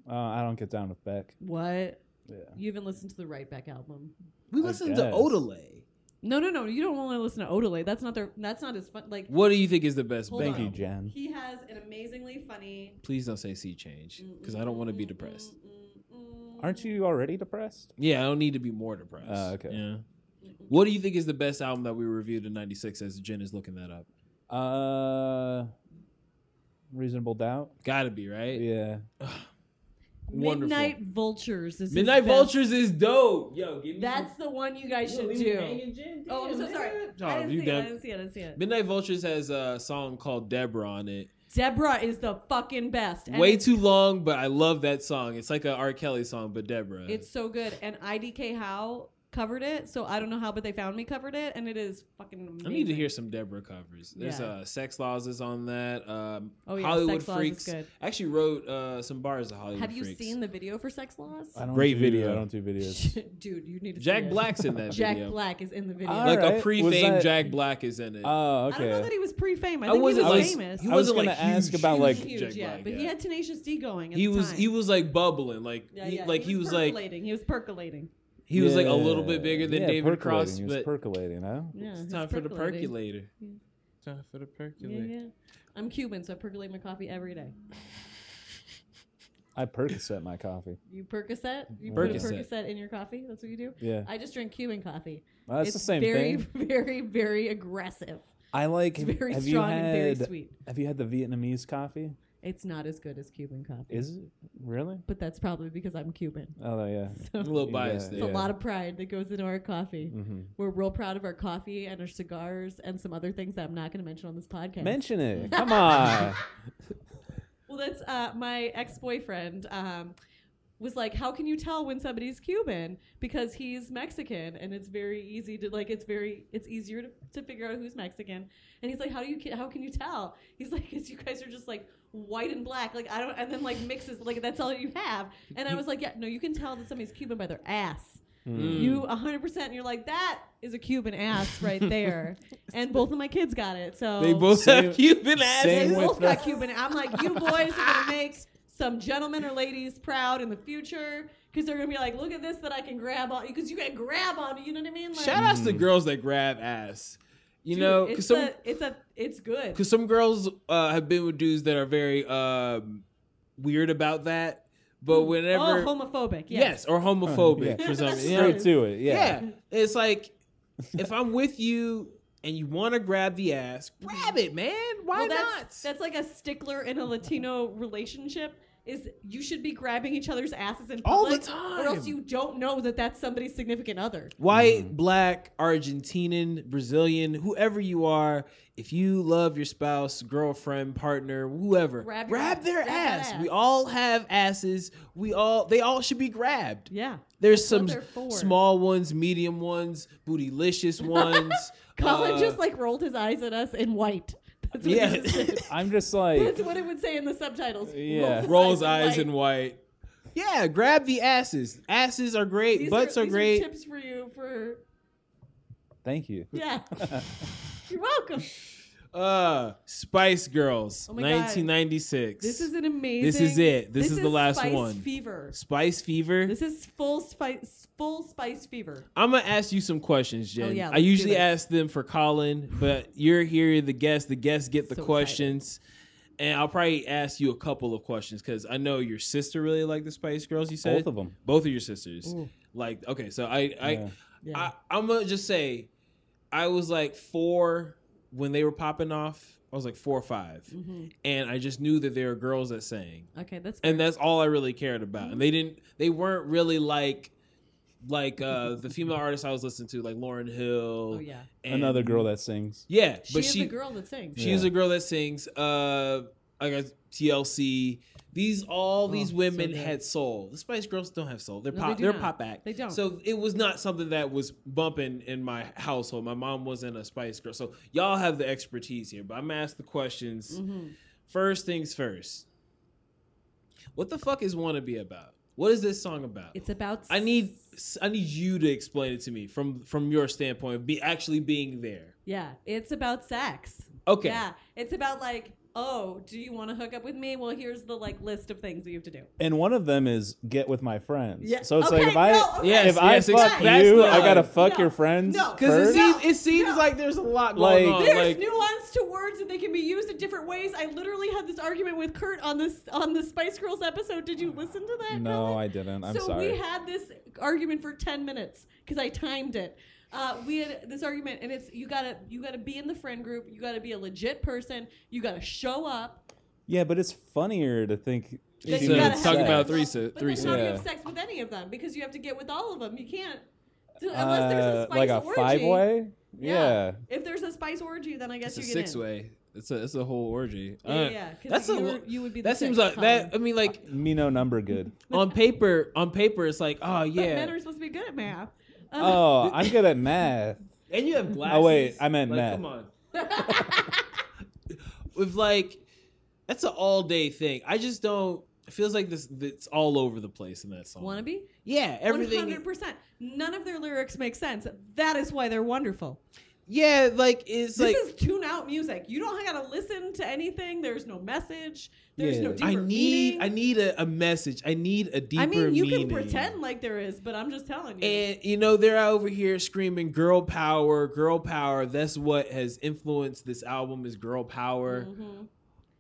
B: uh, I don't get down with Beck.
C: what?
B: Yeah,
C: You even listened to the Right Back album?
A: We
B: I
A: listened to
B: guess.
A: Odelay.
C: No, no, no. You don't want to listen to Odelay. That's not their. That's not as fun. Like
A: What do you think is the best
C: Hold
A: Beck
B: thank
C: on.
B: you,
A: album?
B: Jen.
C: he has an amazingly funny.
A: Please don't say Sea Change because I don't want to be depressed.
B: Aren't you already depressed?
A: Yeah, I don't need to be more depressed.
B: Oh, okay.
A: Yeah. What do you think is the best album that we reviewed in '96? As Jen is looking that up,
B: Uh, reasonable doubt.
A: gotta be right.
B: Yeah,
A: Wonderful.
C: Midnight Vultures is his
A: Midnight
C: best-
A: Vultures is dope. Yo, give me
C: That's the one you guys
A: some- Yo,
C: should
A: leave me
C: do.
A: hanging, Jen.
C: Oh, I'm
A: Damn,
C: so sorry.
A: man.
C: I
A: Oh,
C: didn't
A: you
C: see it. I
A: done-
C: didn't see it. I didn't see it.
A: Midnight Vultures has a song called Deborah on it.
C: Deborah is the fucking best. And
A: Way
C: it's-
A: too long, but I love that song. It's like a R. Kelly song, but Deborah.
C: It's so good. And IDK How covered it. So I don't know how, but they found me covered it, and it is fucking. Amazing.
A: I need to hear some Deborah covers. There's
C: Yeah.
A: uh, Sex Laws is on that. Um,
C: Oh, yeah,
A: Hollywood
C: Sex Laws is
A: Freaks.
C: good.
A: I actually wrote uh, some bars of Hollywood
C: Have you
A: Freaks.
C: seen the video for Sex Laws?
B: I don't
A: Great
B: do-
A: video.
B: I don't do videos.
C: [LAUGHS] Dude, you need to. see
A: Jack
C: it.
A: Black's in that
C: [LAUGHS] Jack
A: video.
C: Black is in the video.
B: All
A: Like a
B: right. Was
A: pre-fame
B: that-
A: Jack Black is in it.
B: Oh, okay.
C: I don't know that he was pre-fame. I
A: I
C: think
A: wasn't
C: he was
A: like-
C: famous.
A: he
B: I was
A: wasn't,
B: gonna
A: like,
B: ask
A: huge,
B: about
C: He
B: like
C: was huge,
A: Jack
C: yeah,
A: Black,
C: but he
A: yeah.
C: had Tenacious D going. At
A: he
C: the
A: was
C: time.
A: he was like bubbling like
C: Yeah,
A: he-
C: yeah,
A: like he was like
C: percolating. he was percolating.
A: he was like a little
B: Yeah.
A: bit bigger than
B: Yeah,
A: David Cross,
B: percolating. He was
A: but
B: percolating, huh?
C: Yeah,
A: it's
C: he's
A: time for the
C: percolating.
A: percolator.
C: Yeah.
A: Time for the
C: Yeah,
A: percolator.
C: yeah. I'm Cuban, so I percolate my coffee every day.
B: I Percocet my coffee.
C: You Percocet? You put a
A: Percocet.
C: Percocet in your coffee? That's what you do?
B: Yeah,
C: I just drink Cuban coffee.
B: Well, that's
C: it's
B: the same
C: very,
B: thing.
C: [LAUGHS] very, very aggressive.
B: I like.
C: It's very
B: have
C: strong
B: you had,
C: and very sweet.
B: Have you had the Vietnamese coffee?
C: It's not as good as Cuban coffee.
B: Is it really?
C: but that's probably because I'm Cuban. [LAUGHS]
B: Oh yeah.
A: A
C: So
A: little biased
C: it's
A: there.
C: a lot of pride that goes into our coffee.
B: Mm-hmm.
C: We're real proud of our coffee and our cigars and some other things that I'm not going to mention on this podcast.
A: [LAUGHS]
B: Mention it. Come on.
C: Well, that's uh, my ex boyfriend. Um, was like, how can you tell when somebody's Cuban because he's Mexican, and it's very easy to like, it's very, it's easier to, to figure out who's Mexican. And he's like, how do you, ca- how can you tell? He's like, because you guys are just like white and black, like I don't, and then like mixes, like that's all you have. And I was like, yeah, no, you can tell that somebody's Cuban by their ass.
A: Mm.
C: You 100, percent you're like, that is a Cuban ass
A: [LAUGHS]
C: right there. and both of my kids got it, so
A: They both
B: Same-
A: have [LAUGHS] Cuban asses.
C: they
B: Same with
C: both got
B: the-
C: Cuban. I'm like, you boys are gonna make some gentlemen or ladies proud in the future because they're gonna be like, look at this that I can grab on because you can grab on. You know what I mean? Like,
A: Shout outs
B: Hmm.
A: to girls that grab ass. You
C: dude,
A: know,
C: it's
A: because some
C: a, it's a, it's good.
A: because some girls uh, have been with dudes that are very um, weird about that. But whenever
C: oh, homophobic.
A: yes.
C: Yes.
A: or homophobic
B: [LAUGHS] Yeah.
A: for some you know?
B: Straight to it. Yeah.
A: Yeah. It's like if I'm with you and you want to grab the ass, grab it, man. Why
C: Well, that's
A: not?
C: that's like a stickler in a Latino relationship. is you should be grabbing each other's asses in public
A: All the
C: or else
A: time.
C: you don't know that that's somebody's significant other.
A: White, black, Argentinian, Brazilian, whoever you are, if you love your spouse, girlfriend, partner, whoever,
C: Grab your ass.
A: their
C: Grab that
A: ass.
C: ass.
A: We all have asses. We all they all should be grabbed.
C: Yeah.
A: There's
C: what
A: some
C: they're for.
A: small ones, medium ones,
C: [LAUGHS]
A: bootylicious ones.
C: Colin
A: uh,
C: just like rolled his eyes at us in white. [LAUGHS] That's what
A: Yeah.
C: he
A: [LAUGHS]
C: just did.
B: I'm just like
C: That's what it would say in the subtitles. [LAUGHS]
B: Yeah.
C: Rolls
D: Rolls eyes in
C: white.
D: white.
A: yeah, grab the asses. Asses are great.
C: These
A: butts are,
C: these
A: great.
C: tips for you for
B: thank you.
A: [LAUGHS]
C: yeah. You're welcome.
A: Uh, Spice Girls,
C: Oh my God.
A: 1996.
C: This is an amazing.
A: This is it. This is the last
C: Spice
A: one.
C: Fever.
A: Spice Fever.
C: This is full spice. Full spice fever.
A: I'm gonna ask you some questions, Jen.
C: Oh, yeah,
A: I
C: let's do
A: usually
C: this.
A: ask them for Colin, but you're here, the guest. The guests get the
C: So excited.
A: questions, and I'll probably ask you a couple of questions because I know your sister really liked the Spice Girls. You said
B: Both of them.
A: both of your sisters.
C: Ooh.
A: Like, okay, so I, I,
B: Yeah.
C: Yeah.
A: I, I'm gonna just say, I was like four when they were popping off. I was like four or 5
C: Mhm.
A: and I just knew that there were girls that sang
C: Okay, that's
A: and that's all I really cared about. And they didn't, they weren't really like, like uh the female artists I was listening to, like Lauren Hill.
C: oh yeah.
A: and-
B: Another girl that sings.
A: Yeah,
C: She
A: but
C: is
A: she
C: a girl that sings.
B: Yeah.
A: she's a girl that sings. Uh, I got TLC. These all these
C: Oh, so
A: women
C: good.
A: had soul. The Spice Girls don't have soul. They're
C: No,
A: pop.
C: they do
A: They are
C: not.
A: pop act.
C: They don't.
A: So it was not something that was bumping in my household. My mom wasn't a Spice Girl, so y'all have the expertise here. But I'm gonna ask the questions.
C: Mhm.
A: First things first. What the fuck is "Wanna Be" about? What is this song about?
C: It's about.
A: I need I need you to explain it to me from from your standpoint, of be actually being there.
C: Yeah, it's about sex.
A: Okay.
C: Yeah, it's about like, oh, do you want to hook up with me? Well, here's the like list of things that you have to do.
B: And one of them is get with my friends.
C: Yeah.
B: So it's
C: Okay,
B: like if I
C: no, okay.
A: Yes,
B: if I
A: yes,
B: fuck
A: exactly.
B: you,
A: That's
B: I gotta
A: not-
B: fuck
C: no,
B: your friends.
C: no.
A: Because it
B: first?
C: No,
A: seems, it seems
C: no.
A: like there's a lot going
B: Like-
A: on.
C: There's
A: like,
C: nuance to words and they can be used in different ways. I literally had this argument with Kurt on this on the Spice Girls episode. Did you listen to that?
B: No,
C: Colin?
B: I didn't. I'm
C: so
B: sorry.
C: we had this argument for ten minutes because I timed it. Uh, we had this argument, and it's you gotta you gotta be in the friend group. You gotta be a legit person. You gotta show up.
B: yeah, but it's funnier to think
A: That
B: she
A: you gotta
B: means
A: have- Talking
B: sex.
A: about three-
C: But then
A: threesome.
C: how do you
B: Yeah.
C: have sex with any of them? Because you have to get with all of them. You can't unless there's a
B: Uh,
C: spice
B: like a
C: orgy.
B: five way.
C: Yeah. If there's a spice orgy, then I guess
D: It's a
C: you get
D: six
C: in.
D: way. It's a it's a whole orgy.
C: Yeah,
A: Uh,
C: yeah, yeah. 'cause
A: that's a
C: you,
A: lo-
C: were- you would be. The
A: that seems
C: sixth
A: like that. um,
C: column.
A: I mean,
C: [LAUGHS]
A: like
B: Me no number good.
A: on paper, on paper, it's like, oh
C: But men
A: yeah,
C: are supposed to be good at math. Uh,
B: Oh, I'm good
A: [LAUGHS]
B: at math.
A: and you
C: [LAUGHS]
A: have glasses.
B: Oh, wait, I meant
A: like,
B: math.
A: Come on. [LAUGHS] With like, that's an all day thing. I just don't. It feels like this. It's all over the place in that song.
C: wannabe?
A: Yeah, everything.
C: 100%. None of their lyrics make sense. That is why they're wonderful.
A: Yeah, like it's like
C: This is tune out music. You don't got to listen to anything. There's no message. There's no
B: Yeah.
C: deeper
A: I need.
C: meaning.
A: I need a, a message. I need a deeper.
C: I mean, you
A: meaning.
C: can pretend like there is, but I'm just telling you.
A: And you know they're out over here screaming "girl power, girl power." That's what has influenced this album is girl power.
C: Mhm.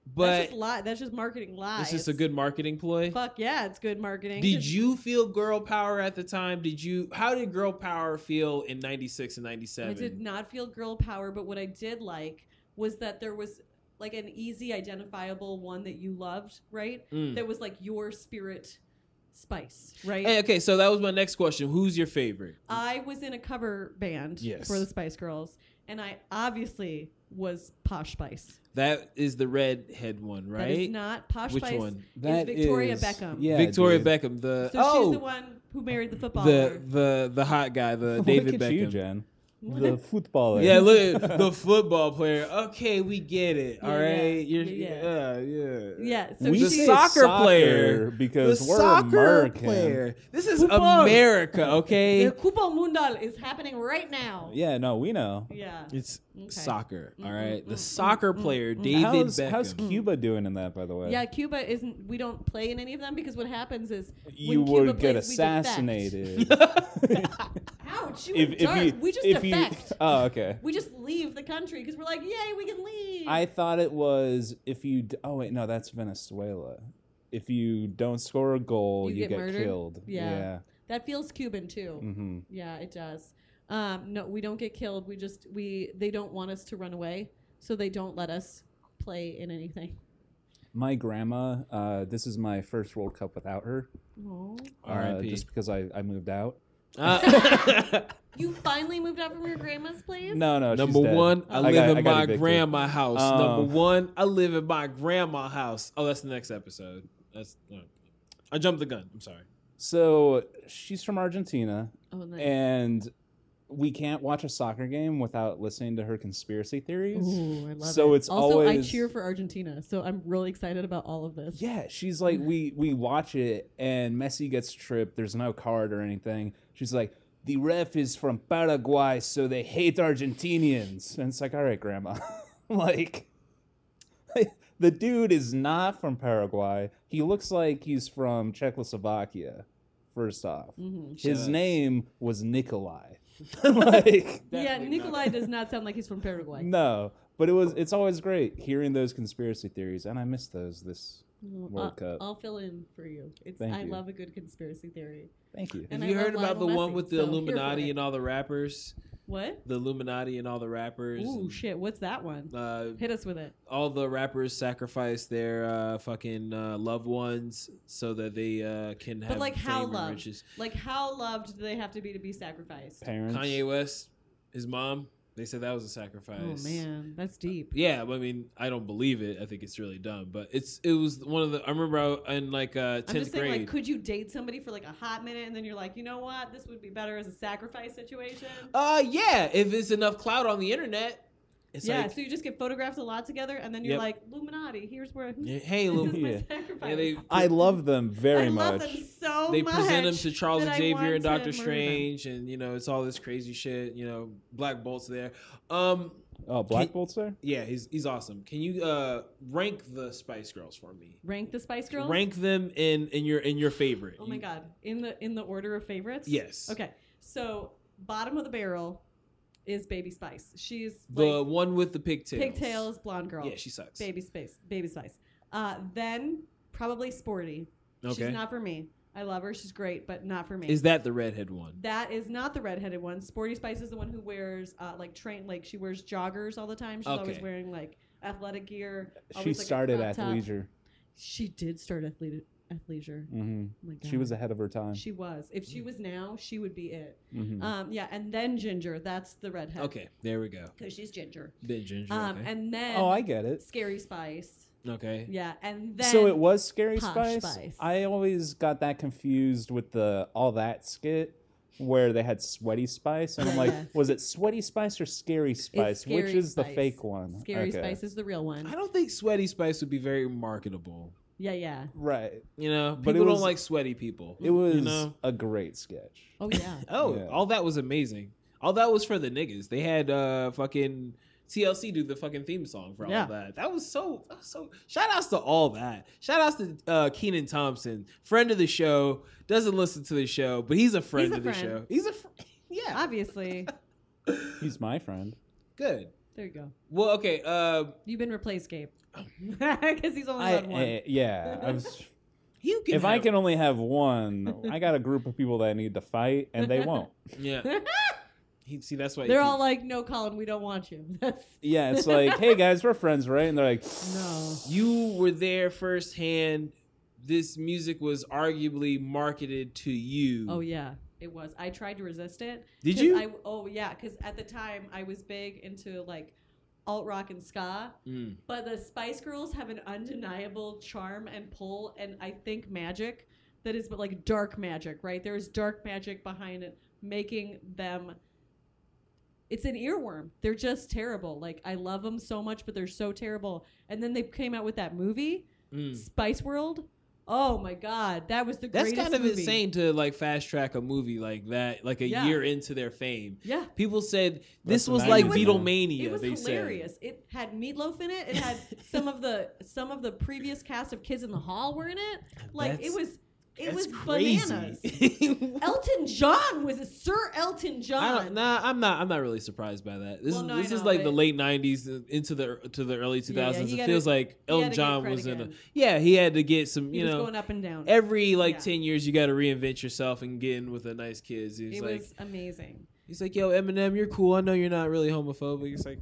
C: that's
A: But
C: just li- that's just marketing lies.
A: it's just a good marketing ploy.
C: fuck yeah, it's good marketing.
A: Did
C: Just-
A: you feel girl power at the time? Did you? How did girl power feel in '96 and
C: I did
A: '97?
C: not feel girl power, but what I did like was that there was like an easy identifiable one that you loved, right?
A: Hmm. Mm.
C: That was like your spirit spice, right?
A: okay, so that was my next question. Who's your favorite?
C: I was in a cover band
A: Yes.
C: for the Spice Girls, and I obviously was Posh Spice.
A: That is the redhead one, right?
C: That is not Posh
A: Which
C: Spice.
A: one?
B: That
C: is Victoria
B: is-
C: Beckham.
B: Yeah,
A: Victoria
B: dude.
A: Beckham. The
C: So
A: oh,
C: she's the one who married the footballer.
A: the the the hot guy, the
B: Look
A: Uh, David
B: at
A: Beckham.
B: you, Jen. The footballer.
A: Yeah,
B: [LAUGHS]
A: look, the football player. Okay, we get it. All
C: Yeah,
A: right,
C: yeah,
A: you're, yeah,
C: yeah,
A: yeah,
C: yeah, so
B: we
A: the
B: say
C: she's
A: soccer player. The
B: because we're
A: soccer
B: American.
A: player. This is
C: Football.
A: America, okay?
C: [LAUGHS] the Cupo Mundial is happening right now.
B: Yeah, no, we know.
C: Yeah.
A: It's
C: Okay.
A: soccer, all
C: Mm,
A: right?
C: mm,
A: The
C: mm,
A: soccer
C: mm,
A: player,
C: mm.
A: David
B: how's,
A: Beckham.
B: how's Cuba doing in that, by the way?
C: Yeah, Cuba isn't. We don't play in any of them because what
B: [LAUGHS]
C: happens is when
B: you
C: Cuba
B: would get
C: plays, we defect.
B: assassinated
A: [LAUGHS]
C: [LAUGHS]
B: Uh,
C: Ouch! You
B: if,
C: were
B: if
C: dark.
B: you
C: we just
B: if you. [LAUGHS]
C: defect.
B: Oh, okay.
C: we just leave the country because we're like, yay, we can leave.
B: I thought it was if you. d- Oh wait, no, that's Venezuela. If you don't score a goal,
C: You
B: you,
C: get
B: get,
C: murdered?
B: killed.
C: Yeah. that feels Cuban too.
B: Mm-hmm.
C: Yeah, it does. Um, no, we don't get killed. We just we they don't want us to run away, so they don't let us play in anything.
B: my grandma. Uh, this is my first World Cup without her.
C: Oh.
B: uh,
A: R.I.P..
B: just because I, I moved out. [LAUGHS]
A: Uh,
C: You finally moved out from your grandma's place?
B: No, no. she's
A: number
B: dead.
A: one, I, live
B: got-
A: in
B: I got
A: my
B: evicted.
A: grandma house.
B: Oh.
A: Number one, I live in my grandma house. Oh, that's the next episode. That's no. I jumped the gun. I'm sorry.
B: So she's from Argentina,
C: Oh, nice.
B: and we can't watch a soccer game without listening to her conspiracy theories.
C: Ooh, I love
B: so
C: it.
B: it's
C: also
B: always-
C: I cheer for Argentina, so I'm really excited about all of this.
B: Yeah, she's like, we we watch it, and Messi gets tripped. There's no card or anything. She's like, the ref is from Paraguay, so they hate Argentinians. And it's like, all right, Grandma, [LAUGHS] like. [LAUGHS] The dude is not from Paraguay. He looks like he's from Czechoslovakia. First off,
C: hmm
B: his
A: Shucks.
B: name was Nikolai. like,
A: Definitely
C: Yeah,
A: not.
C: Nikolai does not sound like he's from Paraguay.
B: no, but it was. It's always great hearing those conspiracy theories, and I miss those. This,
C: Mm,
B: World
C: I'll,
B: Cup.
C: I'll fill in for you. It's
B: Thank
C: I
B: you.
C: love a good conspiracy theory.
B: thank you.
C: And
A: Have
C: I
A: you heard
C: love
A: about the
C: Lionel
A: one
C: Messi,
A: with the
C: so here for
A: Illuminati
C: it.
A: and all the rappers?
C: What?
A: The Illuminati and all the rappers.
C: Ooh
A: and,
C: shit! What's that one?
A: uh,
C: Hit us with it.
A: all the rappers sacrifice their uh, fucking uh, loved ones so that they uh, can have
C: like,
A: fame
C: how
A: and
C: loved?
A: riches.
C: Like, how loved do they have to be to be sacrificed?
B: Parents.
A: Kanye West, his mom, they said that was a sacrifice.
C: Oh man, that's
B: Uh,
C: deep.
A: Yeah, but I mean, I don't believe it. I think it's really dumb, but it's it was one of the. I remember I, in like uh,
C: I'm just
A: tenth
C: saying,
A: grade.
C: like, could you date somebody for like a hot minute, and then you're like, you know what? This would be better as a sacrifice situation.
B: Oh,
A: uh, yeah, if it's enough clout on the internet, it's
C: yeah,
A: like,
C: so you just get photographed a lot together, and then you're
A: Yep.
C: like, Illuminati. Here's where who's,
A: hey,
C: this
A: Lil,
C: is [LAUGHS] my
B: Yeah.
C: sacrifice.
A: Yeah, they-
B: I love them very
C: I
B: much.
C: love them so
A: they
C: much.
A: present him to Charles
C: that I
A: Xavier and
C: want to
A: Doctor
C: murder them.
A: Strange, and you know it's all this crazy shit. You know, Black Bolt's there. Um,
B: Oh, Black
A: Can-
B: Bolt's there.
A: yeah, he's he's awesome. Can you uh rank the Spice Girls for me?
C: Rank the Spice Girls.
A: Rank them in in your in your favorite.
C: Oh my
A: You-
C: god! In the in the order of favorites.
A: Yes.
C: Okay. So bottom of the barrel is Baby Spice. She's
A: The
C: like
A: one with the pigtails.
C: pigtails, blonde girl.
A: Yeah, she sucks.
C: Baby Spice. Baby Spice. Uh, then probably Sporty.
A: Okay.
C: She's not for me. I love her. She's great, but not for me.
A: Is that the redhead one?
C: That is not the redheaded one. Sporty Spice is the one who wears uh, like train, like she wears joggers all the time. She's always
A: Okay.
C: wearing like athletic gear.
B: She
C: always, like, a
B: started
C: crop top.
B: athleisure.
C: She did start athlete athleisure.
B: Mm-hmm.
C: Oh my
B: She
C: God.
B: was ahead of her time.
C: She was. If she was now, she would be it.
B: Mhm.
C: Um, yeah, and then Ginger. That's the redhead.
A: Okay, there we go.
C: Because she's Ginger.
A: Bit ginger.
C: Um,
A: okay.
C: and then
B: oh, I get it.
C: Scary Spice.
A: okay.
C: Yeah, and then
B: so it was Scary
C: Posh
B: Spice.
C: Spice.
B: I always got that confused with the all that skit where they had Sweaty Spice, and I'm like,
C: Yeah.
B: was it Sweaty Spice or Scary Spice? Which
C: Scary
B: is the
C: Spice.
B: fake one?
C: Scary
B: Okay.
C: Spice is the real
A: I
C: one.
A: don't think sweaty spice would be very marketable.
C: Yeah, yeah.
B: Right.
A: You know,
B: But it
A: people
B: was-
A: don't like sweaty people.
B: It was
A: Mm, You know?
B: a great sketch.
C: Oh
B: [LAUGHS]
C: yeah.
A: Oh,
B: Yeah.
A: all that was amazing. All that was for the niggas. They had uh fucking TLC do the fucking theme song for all
C: Yeah.
A: that. That was so that was so shout outs to all that. Shout outs to uh Keenan Thompson, friend of the show, doesn't listen to the show, but he's a friend
C: He's a
A: of the
C: friend.
A: show. He's a fr- [LAUGHS] yeah.
C: Obviously.
B: He's my friend.
A: Good.
C: There you go.
A: Well, okay, uh
C: You've been replaced, Gabe. [LAUGHS] Because he's only
B: Oh. I,
C: had one.
B: eh, yeah. I was,
A: you can
B: if I
A: have-
B: can only have one, I got a group of people that I need to fight, and
A: [LAUGHS]
B: they won't.
A: [LAUGHS] Yeah. he, see that's why
C: They're
A: he-
C: all like, "No, Colin, we don't want you." [LAUGHS]
B: [LAUGHS]
C: That's
B: Yeah, it's like, hey guys, we're friends, right? And they're like,
C: no.
A: you were there firsthand. This music was arguably marketed to you.
C: Oh yeah, it was. I tried to resist it.
A: Did
C: 'cause
A: you?
C: I, oh yeah, because at the time I was big into like alt rock and ska,
A: Mm.
C: but the Spice Girls have an undeniable charm and pull, and I think magic that is, but like dark magic, right? There is dark magic behind it, making them. It's an earworm. They're just terrible. Like I love them so much, but they're so terrible. And then they came out with that movie,
A: Mm.
C: Spice World. Oh my God, that was the
A: That's
C: greatest
A: kind of
C: movie.
A: insane to like fast track a movie like that, like a
C: Yeah.
A: year into their fame.
C: Yeah.
A: People said this
B: That's
A: was
B: amazing.
A: like
C: It was-
A: Beatlemania.
C: it was
A: they
C: hilarious. It had meatloaf in it. It
A: [LAUGHS]
C: had some of the some of the previous cast of Kids in the Hall were in it. Like it
A: That's-
C: was it
A: said. That's
C: was
A: crazy. [LAUGHS]
C: bananas. Elton John was a Sir Elton
A: I
C: John.
A: don't, nah, I'm not. I'm not really surprised by that. This
C: Well,
A: is
C: no, I
A: this is
C: know,
A: like the
C: but-
A: late '90s into the to the early 2000s.
C: he
A: it
C: gotta-
A: feels like
C: gotta
A: Elton
C: get
A: John
C: credit
A: was in a.
C: again.
A: Yeah, he had to get some.
C: He
A: You
C: was
A: know,
C: going up and down.
A: every like
C: Yeah.
A: 10 years you got to reinvent yourself and get in with the nice kids he's
C: it
A: like
C: was amazing.
A: he's like yo eminem you're cool i know you're not really homophobic he's like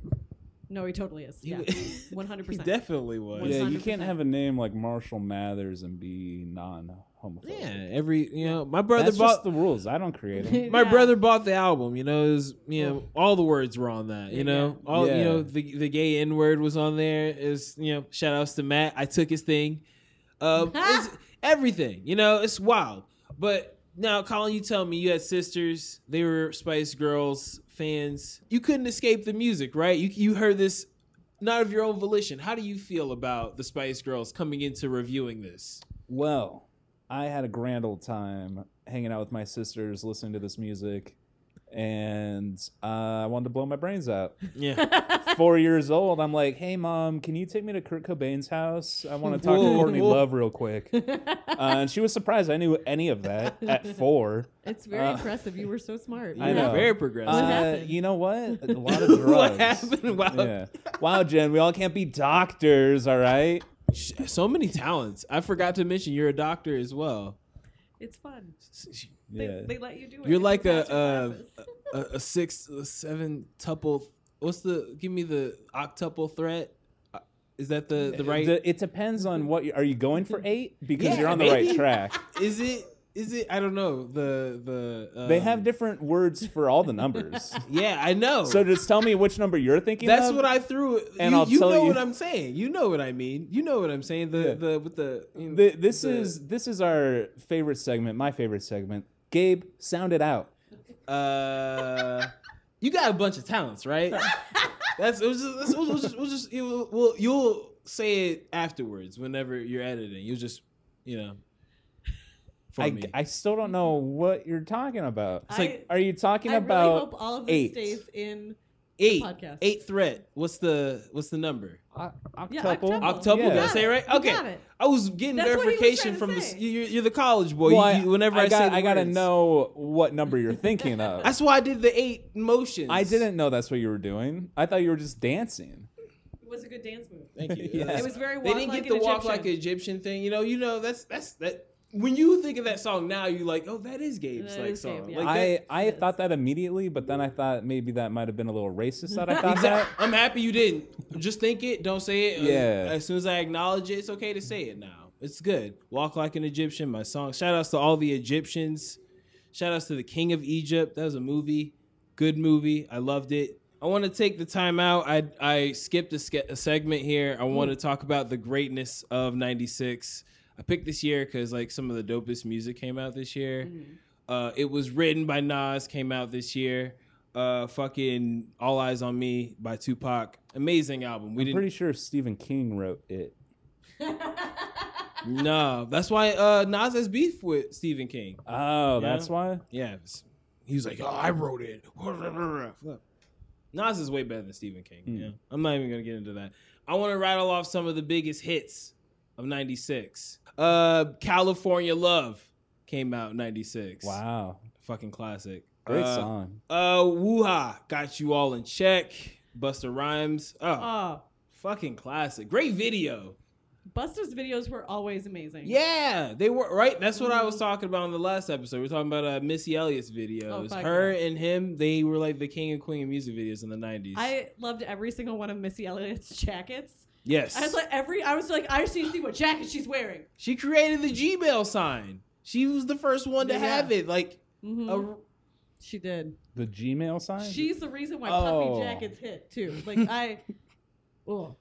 C: No, he totally is.
A: He
C: Yeah,
A: [LAUGHS] w-
C: one hundred
A: He
C: percent.
A: definitely was.
B: Yeah, you
C: 100%.
B: can't have a name like Marshall Mathers and be non-homophobic.
A: Yeah, every you know, my brother
B: That's
A: bought
B: just the rules. I don't create them.
A: [LAUGHS] my brother bought the album. You know, it was, you know, all the words were on that. You know, all
B: Yeah.
A: you know, the the gay N word was on there. Is you know, shout outs to Matt. I took his thing.
B: [LAUGHS]
A: Uh, it's everything. You know, it's wild. But now, Colin, you tell me you had sisters. They were Spice Girls fans. You couldn't escape the music, right? You you heard this. Not of your own volition. How do you feel about the Spice Girls coming into reviewing this?
B: Well, I had a grand old time hanging out with my sisters, listening to this music, and uh, I wanted to blow my brains out.
A: [LAUGHS] Yeah,
B: Four years old, I'm like, "Hey, mom, can you take me to Kurt Cobain's house? I want to talk
A: Whoa,
B: to Courtney
A: whoa.
B: Love real quick." Uh, and she was surprised I knew any of that at four.
C: [LAUGHS] It's very
B: Uh,
C: impressive. You were so smart.
B: I know.
A: very progressive.
B: Uh,
C: happened?
B: You know what? A lot of drugs.
A: what happened? Wow,
B: Yeah. Wow, Jen, we all can't be doctors, all right?
A: Sh- so many talents. I forgot to mention you're a doctor as well.
C: It's fun.
A: S- sh-
C: They,
B: Yeah.
C: they let you do it.
A: You're like
C: It's
A: a
C: master
A: uh,
C: classes.
A: a, a six, a seven tuple. What's the? Give me the octuple threat. Uh, Is that the the right?
B: The- it depends on what you, are you going for eight because
A: Yeah,
B: you're on the
A: maybe.
B: right track.
A: is it? Is it? I don't know. The the um,
B: They have different words for all the numbers.
A: Yeah, I know.
B: so just tell me which number you're thinking.
A: that's
B: of.
A: what I threw.
B: and
A: you,
B: I'll
A: you
B: tell
A: know
B: you-
A: what I'm saying. You know what I mean. You know what I'm saying. The
B: Yeah.
A: the with the, you know,
B: The, this
A: the-
B: is this is our favorite segment. My favorite segment. Gabe, sound it out.
A: uh, you got a bunch of talents,
C: [LAUGHS]
A: right? That's it was just, that's- we'll, we'll just, we'll just you, will you'll say it afterwards whenever you're editing. You'll just you know for
B: I,
A: me.
B: I still don't know what you're talking about.
C: It's like-
B: are you talking
C: I
B: about?
C: really hope all of this
B: eight.
C: stays in.
A: eight
C: podcast.
A: eight threat. What's the what's the number?
B: o-
C: Yeah,
B: octuple?
C: octuple.
A: Octuple.
B: Yeah.
A: Did I say it right?
C: Oh, You
A: Okay.
C: got it.
A: I was getting
C: That's what he was
A: verification
C: trying to
A: from the, s-
C: say.
A: you, you're the college boy.
B: Well,
A: you, you- whenever I,
B: got,
A: say the
B: I gotta
A: words.
B: know what number you're thinking
A: [LAUGHS]
B: of.
A: That's why I did the eight motions.
B: I didn't know that's what you were doing. I thought you were just dancing.
C: It was a good dance move. [LAUGHS]
A: [LAUGHS] Thank you.
B: Yeah.
A: Uh,
C: It was very.
A: they
C: Walk
A: didn't
C: like
A: get the
C: an
A: walk
C: Egyptian.
A: like an Egyptian thing. You know, you know that's that's that. When you think of that song now, you're like, oh, that is Gabe's
C: That
A: like
C: is Gabe,
A: song.
C: yeah.
A: Like that-
B: I, I thought that immediately, but then I thought maybe that might have been a little racist that [LAUGHS] I thought that.
A: Exact- I'm happy you didn't. Just think it. Don't say it. Uh,
B: Yeah.
A: As soon as I acknowledge it, it's okay to say it now. It's good. Walk like an Egyptian. My song. Shout outs to all the Egyptians. Shout outs to the King of Egypt. That was a movie. Good movie. I loved it. I want to take the time out. I I skipped a, ske- a segment here. I want to talk about the greatness of '96. I picked this year because like some of the dopest music came out this year. Uh, it was written by Nas, came out this year. Uh, fucking All Eyes on Me by Tupac, amazing album. We
B: I'm
A: didn't.
B: pretty sure Stephen King wrote it.
A: Oh. [LAUGHS] no, that's why uh, Nas has beef with Stephen King.
B: Oh, that's why?
A: Yeah, it was- he was like, "Oh, I wrote
B: [LAUGHS]
A: it." Look, Nas is way better than Stephen King.
B: Mm.
A: Yeah, I'm not even gonna get into that. I want to rattle off some of the biggest hits of '96. Uh, California Love came out in '96.
B: Wow.
A: fucking classic.
B: Great
A: Uh,
B: song.
A: Uh, Wuha got you all in check. Buster Rhymes. Oh,
B: Uh.
C: Oh,
A: fucking classic. Great video.
C: Buster's videos were always amazing.
A: Yeah, they were right. That's what I
C: Mm-hmm.
A: was talking about in the last episode. We are talking about uh, Missy Elliott's
C: Oh,
A: videos.
C: fuck
A: Her
C: yeah.
A: and him, they were like the king and queen of music videos in the nineties.
C: I loved every single one of Missy Elliott's [LAUGHS] jackets.
A: yes,
C: I was like every. I was like I just need to see what jacket she's wearing.
A: she created the Gmail sign. She was the first one to
C: Yeah.
A: have it. Like,
C: Mhm.
A: a,
C: she did.
B: The Gmail sign?
C: She's the reason why
B: Oh.
C: puffy jackets hit too.
A: [LAUGHS]
C: Like I, oh,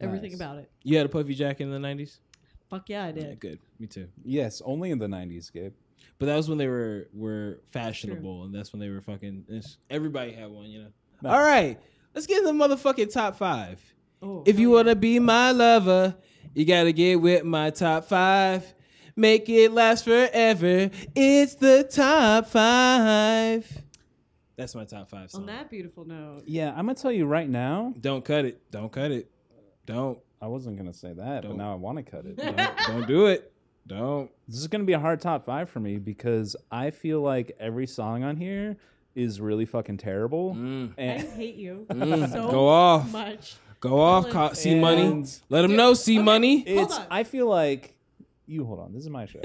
C: everything
B: Nice.
C: about it.
A: you had a puffy jacket in the nineties.
C: Fuck yeah, I
A: Yeah,
C: did.
A: good. Me too.
B: yes, only in the 90s, Gabe.
A: But that was when they were were fashionable, and that's when they were fucking. it's- Everybody had one, you know.
B: No.
A: All right, let's get in the motherfucking top five.
C: Oh,
A: If
C: hell
A: you
C: yeah.
A: wanna be my lover, you gotta get with my top five. Make it last forever. It's the top five. That's my top five song.
C: on that beautiful note,
B: Yeah, I'm going to tell you right now.
A: Don't cut it. Don't cut it. Don't
B: I wasn't going to say that, but
A: Don't.
B: now I want to cut it.
C: [LAUGHS]
A: don't, don't do it. Don't.
B: this is going to be a hard top five for me because I feel like every song on here is really fucking terrible.
C: I
B: And
C: hate you
A: [LAUGHS] Mm.
C: so
A: Go off.
C: much.
A: Go off.
C: Ellen.
A: Co- see money.
B: And-
A: Let them know. See
C: Okay.
A: money.
B: [LAUGHS]
C: Hold
B: it's
C: on.
B: I feel like
A: [COUGHS]
B: you hold on. This is my show.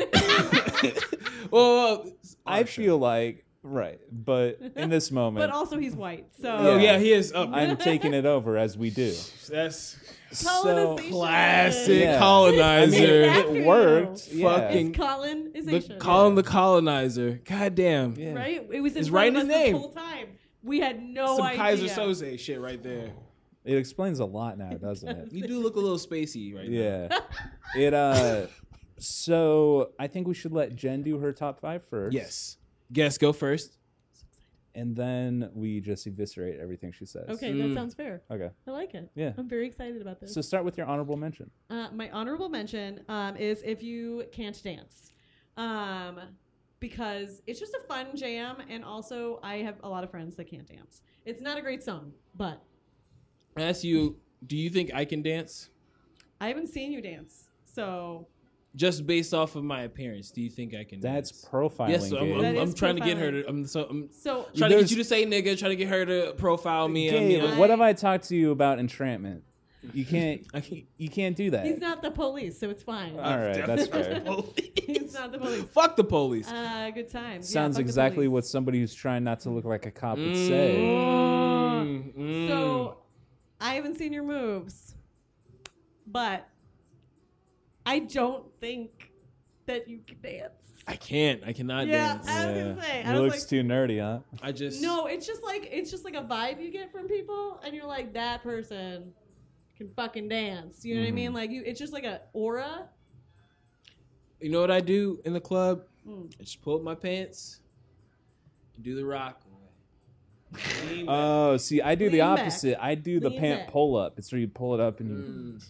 A: Well,
B: I feel like right. But in
C: [LAUGHS]
B: this moment,
C: But also, he's white,
A: Oh
C: so
A: yeah, he is up.
B: [LAUGHS] I'm taking it over as we do.
A: That's
B: So
C: Colonization.
A: classic
B: Yeah. I mean,
A: colonizer.
C: Exactly.
B: it
A: [LAUGHS]
B: worked.
A: Fucking-
B: yeah.
C: It's colonization.
A: the, call him the colonizer. God damn.
B: Yeah.
C: right? It was in
A: He's writing
C: front of
A: his
C: us
A: name.
C: this whole time. We had no
A: Some
C: idea.
A: Kaiser Soze shit right there.
B: It explains a lot now, doesn't it?
C: [LAUGHS]
A: You do look a little spacey right now.
B: Yeah. It uh so I think we should let Jen do her top five first.
A: Yes. Guess go first.
B: And then we just eviscerate everything she says.
C: Okay,
A: Mm.
C: that sounds fair.
B: Okay.
C: I like it.
B: Yeah.
C: I'm very excited about this.
B: So start with your honorable mention.
C: Uh, my honorable mention um, is if you can't dance, um, because it's just a fun jam, and also I have a lot of friends that can't dance. It's not a great song, but
A: I ask you, do you think I can dance?
C: I haven't seen you dance, so
A: Just based off of my appearance, do you think I can
B: That's
A: dance?
B: profiling.
A: Yes, so I'm,
B: Gabe.
A: I'm,
C: That
A: I'm
C: is
A: trying to get her
C: profiling.
A: to. I'm so. I'm
C: so
A: trying to get
B: There's-
A: you to say nigga. Trying to get her to profile me. I
B: Gabe,
A: mean, I'm-
B: what have I talked to you about entrapment? You can't
A: I can't.
B: you can't do that.
C: he's not the police, so it's fine.
B: All right, that's fair.
C: he's not the police.
A: Fuck the police.
C: Uh, good time. Yeah,
B: Sounds
C: fuck the
B: exactly
C: police.
B: what somebody who's trying not to look like a cop would say.
A: Mm, mm.
C: So I haven't seen your moves, but I don't think that you can dance.
A: I can't. I cannot
C: Yeah,
A: dance.
C: I was gonna say, I
B: He
C: was
B: looks
C: like-
B: too nerdy, huh?
A: I just
C: No, it's just like it's just like a vibe you get from people, and you're like that person can fucking dance. You know what I
B: Mm-hmm.
C: mean? Like you, it's just like a aura.
A: You know what I do in the club?
C: Mm.
A: I just pull up my pants, and do the rock.
B: [LAUGHS]
A: Lean back.
B: Oh, see, I do the
C: Lean back.
B: opposite. I do the
C: Lean
B: pant
C: back.
B: pull up. It's where you pull it up and you
A: Mm.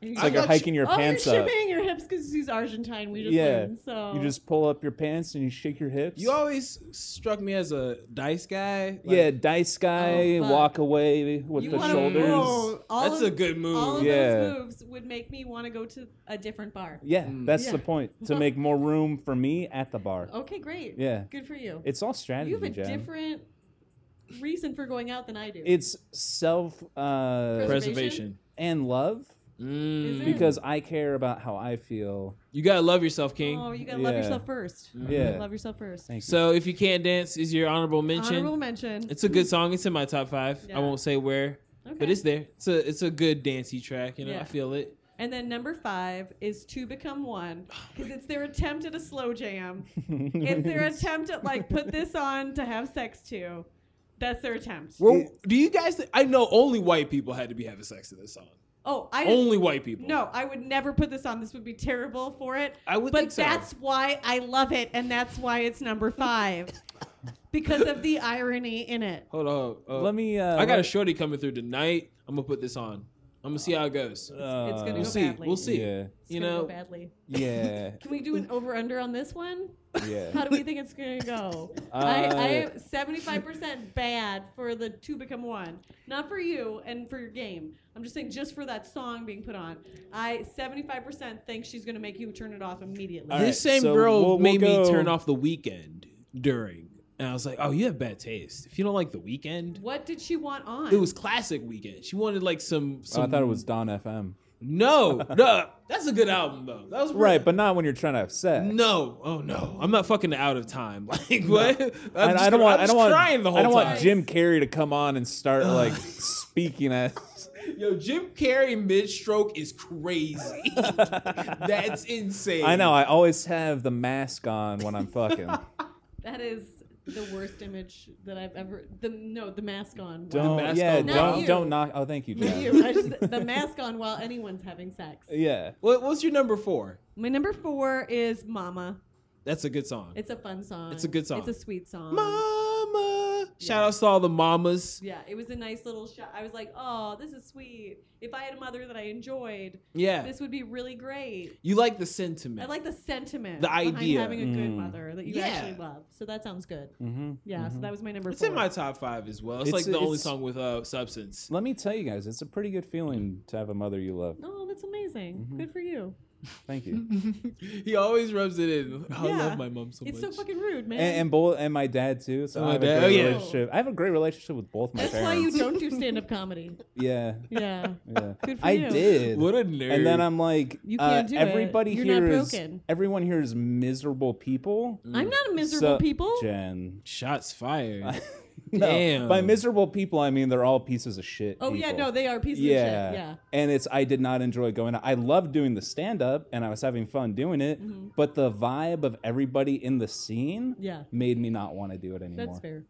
C: And
B: It's
A: I
B: like you're
A: thought
B: hiking your
C: oh,
B: pants
C: you're
B: up.
C: shimmying your hips because he's Argentine. We just
B: Yeah.
C: learned, so
B: You just pull up your pants and you shake your hips.
A: You always struck me as a dice guy. Like,
B: yeah, dice guy,
C: Oh, fuck.
B: walk away with
C: You
B: the
C: wanna
B: shoulders.
C: roll. All
A: that's
C: of-
A: a good move.
C: all of
B: Yeah.
C: those moves would make me want to go to a different bar.
B: Yeah, that's
C: Yeah.
B: the point. To make more room for me at the
C: [LAUGHS]
B: bar.
C: Okay, great.
B: Yeah.
C: good for you.
B: It's all strategy,
C: you have a
B: Jen.
C: different reason for going out than I do.
B: it's self uh,
C: Pres-
A: Preservation.
B: and love
A: Mm.
C: Is it?
B: because I care about how I feel.
A: You gotta love yourself, King. Mm.
C: oh, you gotta love
B: Yeah.
C: yourself first.
B: Yeah.
C: love yourself first.
B: Thank you.
A: so if you can't dance, is your honorable mention?
C: Honorable mention.
A: It's a good song. It's in my top five.
C: Yeah.
A: I won't say where,
C: okay.
A: but it's there. It's a it's a good dancey track. You know,
C: Yeah.
A: I feel it.
C: And then number five is to become one because it's their attempt at a slow jam.
B: [LAUGHS]
C: it's their attempt at like put this on to have sex to. That's their attempt.
A: Well, do you guys? Th- I know only white people had to be having sex to this song.
C: oh, I
A: Only white people.
C: no, I would never put this on. This would be terrible for it.
A: I would
C: but
A: think so.
C: that's why I love it, and that's why it's
B: [LAUGHS]
C: number five because of the irony in it.
A: Hold on. hold on.
B: Let me. Uh,
A: I got a shorty coming through tonight. I'm gonna put this on. I'm gonna see how it goes.
C: It's gonna
A: We'll
C: go
A: see.
C: badly.
A: We'll see.
B: Oh, Yeah,
C: It's
A: Uh, You
C: gonna go
A: know.
C: badly.
B: yeah,
C: Can we do an over under on this one? How
B: yeah.
C: do we think it's
A: [LAUGHS]
C: gonna go? I, I
B: Uh,
C: am seventy five percent bad for the two become one. Not for you and for your game. I'm just saying, just for that song being put on, I seventy five percent think she's gonna make you turn it off immediately.
B: All
A: this
B: right,
A: same
B: so
A: girl
B: we'll- we'll
A: made
B: go-
A: me turn off the weekend during, and I was like, "Oh, you have bad taste. If you don't like the weekend,
C: What did she want on?
A: it was classic weekend. She wanted like some.
B: Oh,
A: some
B: I thought it was Don FM.
A: [LAUGHS] no, no. That's a good album though. That was
B: Right, but not when you're trying to have sex.
A: No, oh no, I'm not fucking out of time. [LAUGHS] Like what? I'm
B: I,
A: just
B: I don't
A: cr- I'm
B: want. I don't
A: just
B: want.
A: crying the whole
B: I don't
A: time.
B: want Jim Carrey to come on and start like speaking as.
A: Yo, Jim Carrey mid stroke is
B: [LAUGHS]
A: crazy. That's insane.
B: I know. I always have the mask on when I'm fucking.
C: That is the worst image that I've ever. The no, the mask on.
B: Don't.
A: mask
B: yeah.
A: on.
C: Not
B: Don't.
C: you.
B: Don't knock. Oh, thank you,
C: Not
B: Jeff.
C: you. [LAUGHS] I just, the mask on while anyone's having sex.
B: Yeah.
A: What, what's your number four?
C: My number four is Mama.
A: That's a good song.
C: It's a fun song.
A: It's a good song.
C: It's a sweet song.
A: Mama. Shout outs to all the mamas.
C: Yeah, it was a nice little shot. I was like, oh, this is sweet. If I had a mother that I enjoyed,
A: Yeah,
C: this would be really great.
A: you like the sentiment.
C: I like the sentiment.
A: The
C: behind
A: idea.
C: having a good
B: Mm.
C: mother that you
A: Yeah.
C: actually love. So that sounds good.
B: Mm-hmm.
C: Yeah. So that was my number
A: It's
C: four.
A: in my top five as well. It's,
B: It's-
A: like the only
B: it's-
A: song with uh, substance.
C: [LAUGHS]
B: Let me tell you guys, it's a pretty good feeling to have a mother you love. Mm-hmm.
C: oh, that's amazing. Good for you.
B: Thank you.
D: he always rubs it in. I
C: Yeah.
D: love my mom so
C: it's so
D: much.
C: fucking rude, man.
B: and, and both and my dad too. So
D: My
B: I have
D: dad-
B: a
D: oh,
B: great
D: yeah.
B: relationship. I have a great relationship with both my
C: That's why you
B: parents.
C: don't do stand
A: [LAUGHS]
C: up comedy.
B: yeah,
C: Yeah.
B: yeah.
C: [LAUGHS] Good for
B: I
C: you.
B: did.
D: what a nerd.
B: and then I'm like,
C: You
B: uh,
C: can't do it.
B: everybody
C: You're
B: here
C: not
B: is-
C: broken.
B: everyone here is miserable people.
C: I'm not a miserable
B: Mm. So-
C: people.
B: Jen.
A: Shots
B: [LAUGHS]
A: fired.
B: No,
A: Damn.
B: by miserable people, I mean they're all pieces of shit.
C: oh yeah,
B: people.
C: no, they are pieces of shit. Yeah.
B: And it's I did not enjoy going out. I loved doing the stand up and I was having fun doing it, but the vibe of everybody in the scene
C: Mm-hmm. Yeah.
B: made me not want to do it anymore.
C: That's fair.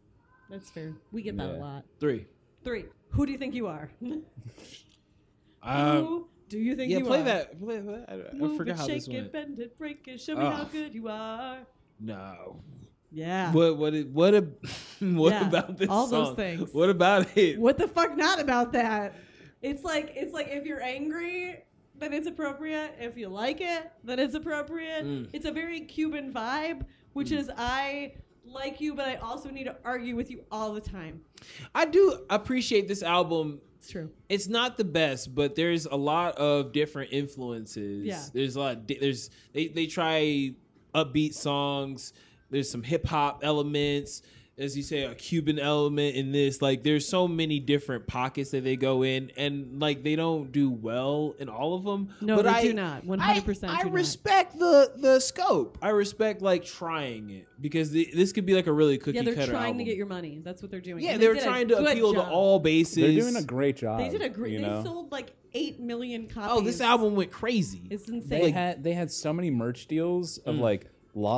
C: That's fair. We get that a
B: Yeah.
C: lot.
A: Three.
C: Three. Who do you think you are? [LAUGHS]
A: Um,
C: Who do you think
D: yeah,
C: you
D: play
C: are?
D: that. Play that. I- I,
C: Move
D: forgot
C: it,
D: how
C: shake
D: this
C: it,
D: went.
C: bend it, break it. Show me
A: Oh.
C: how good you are.
A: no.
C: Yeah.
D: What? What? it- What? A, [LAUGHS] what
C: Ah. Yeah,
D: about this?
C: all those
D: song?
C: things.
D: What about it?
C: What the fuck not about that? It's like it's like if you're angry, then it's appropriate. If you like it, then it's appropriate.
A: Mm.
C: It's a very Cuban vibe, which is I like you, but I also need to argue with you all the time.
A: I do appreciate this album
C: It's true.
A: it's not the best, but there's a lot of different influences.
C: Yeah.
A: There's a lot. Of di- there's they they try upbeat songs. There's some hip hop elements, as you say, a Cuban element in this. Like there's so many different pockets that they go in, and like they don't do well in all of them.
C: No,
A: but
C: they
A: I
C: do not. One hundred percent.
A: I, I respect the the scope. I respect like trying it because the, this could be like a really cookie
C: Yeah, they're
A: cutter
C: trying
A: album.
C: to get your money. That's what they're doing.
A: yeah,
C: And
A: they were
C: did a
A: trying to
C: good
A: appeal
C: job.
A: to all bases.
B: They're doing a great job.
C: They did a great.
B: You
C: They
B: know?
C: sold like eight million copies.
A: Oh, this album went crazy.
C: It's insane.
B: They had they had so many merch deals of like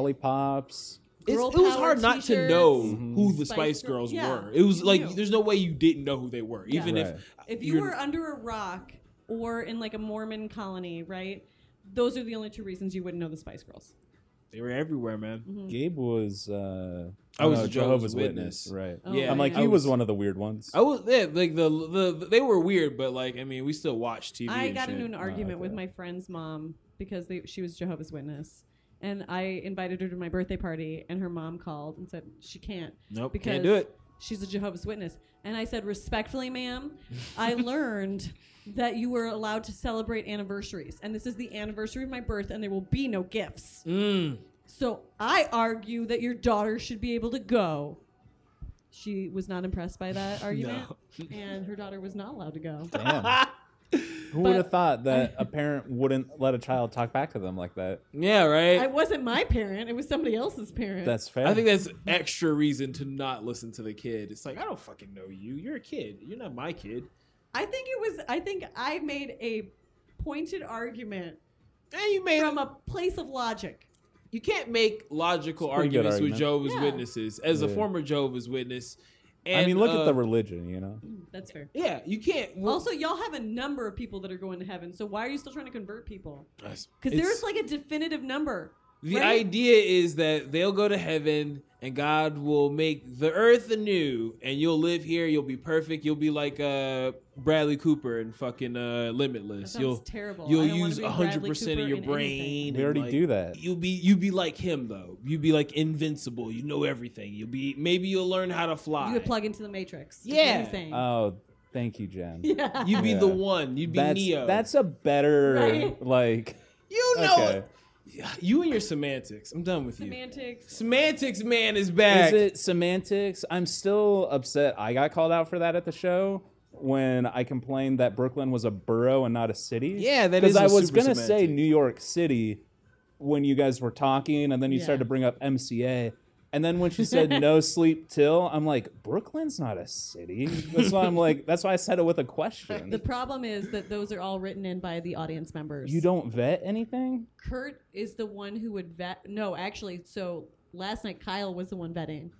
B: lollipops.
C: Girl
A: It's- it was
C: power
A: hard not to
C: t-shirts.
A: know
C: Mhm.
A: who the
C: Spice
A: Spice,
C: Girl-
A: Girls
C: yeah,
A: were. It was
C: you
A: like
C: knew.
A: there's no way you didn't know who they were,
C: Yeah.
A: even
B: Right.
A: if
C: if you
A: you're-
C: were under a rock or in like a Mormon colony, right? Those are the only two reasons you wouldn't know the Spice Girls.
A: they were everywhere, man.
B: Gabe was uh
A: I was
B: no,
A: a Jehovah's Witness.
B: Right.
C: Oh,
A: Yeah.
B: I'm like
C: yeah.
B: he
A: I
B: was,
A: was-
B: one of the weird ones.
A: I was yeah, like the, the they were weird, but like I mean, we still watched TV.
C: I
A: and
C: got
A: shit. Oh,
C: into an argument
B: okay.
C: with my friend's mom because they, she was Jehovah's Witness, and I invited her to my birthday party, and her mom called and said she can't.
A: Nope,
C: because
A: can't do it.
C: She's a Jehovah's Witness, and I said respectfully, ma'am,
A: [LAUGHS]
C: I learned that you were allowed to celebrate anniversaries, and this is the anniversary of my birth, and there will be no gifts.
A: Mm.
C: So I argue that your daughter should be able to go. She was not impressed by that argument,
A: [LAUGHS]
C: and her daughter was not allowed to go.
B: Damn. Who would have
C: But-
A: [LAUGHS]
B: thought that a parent wouldn't let a child talk back to them like that?
A: Yeah,
C: I
A: right.
C: wasn't my parent; it was somebody else's parent.
B: That's fair.
A: I, think that's extra reason to not listen to the kid. It's like I don't fucking know you. You're a kid. You're not my kid.
C: I think it was. I think I made a pointed argument
A: And you made
C: from a place of logic.
A: you can't make logical
B: It's a pretty good
A: arguments with
B: argument.
A: Jehovah's
C: Yeah.
A: Witnesses as a
B: Yeah.
A: former Jehovah's Witness. And,
B: I mean, look at the
A: uh,
B: religion,
A: [LAUGHS]
B: you know.
C: Mm, That's fair.
A: yeah. You can't.
C: Also, y'all have a number of people that are going to heaven, so why are you still trying to convert people?
A: Because
C: Because there's like a definitive number.
A: The
C: right?
A: idea is that they'll go to heaven and God will make the earth anew and you'll live here, you'll be perfect, you'll be like uh Bradley Cooper and fucking uh
C: That
A: Limitless.
C: sounds
A: You'll
C: terrible. I
A: you'll
C: don't wanna
A: use
C: be
A: 100%
C: Bradley
A: of
C: Cooper
A: your
C: in anything.
A: brain.
B: We already do that.
A: You'll be you be like him though. You'll be like invincible. You know everything. You'll be maybe you'll learn how to fly.
C: You could plug into the Matrix. is what
A: Yeah.
C: he's saying.
B: Oh, thank you, Jen.
C: [LAUGHS] yeah.
A: You'd be
B: Yeah.
A: the one. You'd be
B: that's
A: Neo.
B: that's a better
C: Right?
B: like.
A: you know
B: Okay.
A: it. You and your semantics. I'm done with you.
C: Semantics.
A: Semantics man is back.
B: Is it semantics? I'm still upset. I got called out for that at the show when I complained that Brooklyn was a borough and not a city.
A: Yeah, that is
B: because I
A: a
B: was
A: super
B: gonna say
A: semantic.
B: New York City when you guys were talking, and then you
C: Yeah.
B: started to bring up MCA. And then when she said no sleep till, I'm like, Brooklyn's not a city. That's why I'm like, that's why I said it with a question.
C: The problem is that those are all written in by the audience members.
B: You don't vet anything?
C: Kurt is the one who would vet. No, actually, so last night Kyle was the one vetting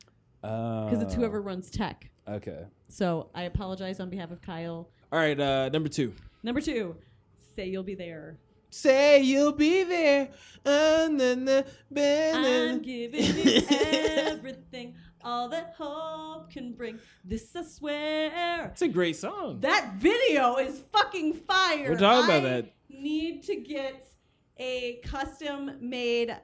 C: because
B: Because
C: it's whoever runs tech.
B: Oh, Okay.
C: So I apologize on behalf of Kyle.
A: All right, uh number 2.
C: Number two, say you'll be there.
A: Say you'll be there. Uh, na, na, ba, na.
C: I'm giving you everything, all that hope can bring. This I swear.
A: It's a great song.
C: That video is fucking fire.
A: We're talking about
C: I
A: that.
C: Need to get a custom made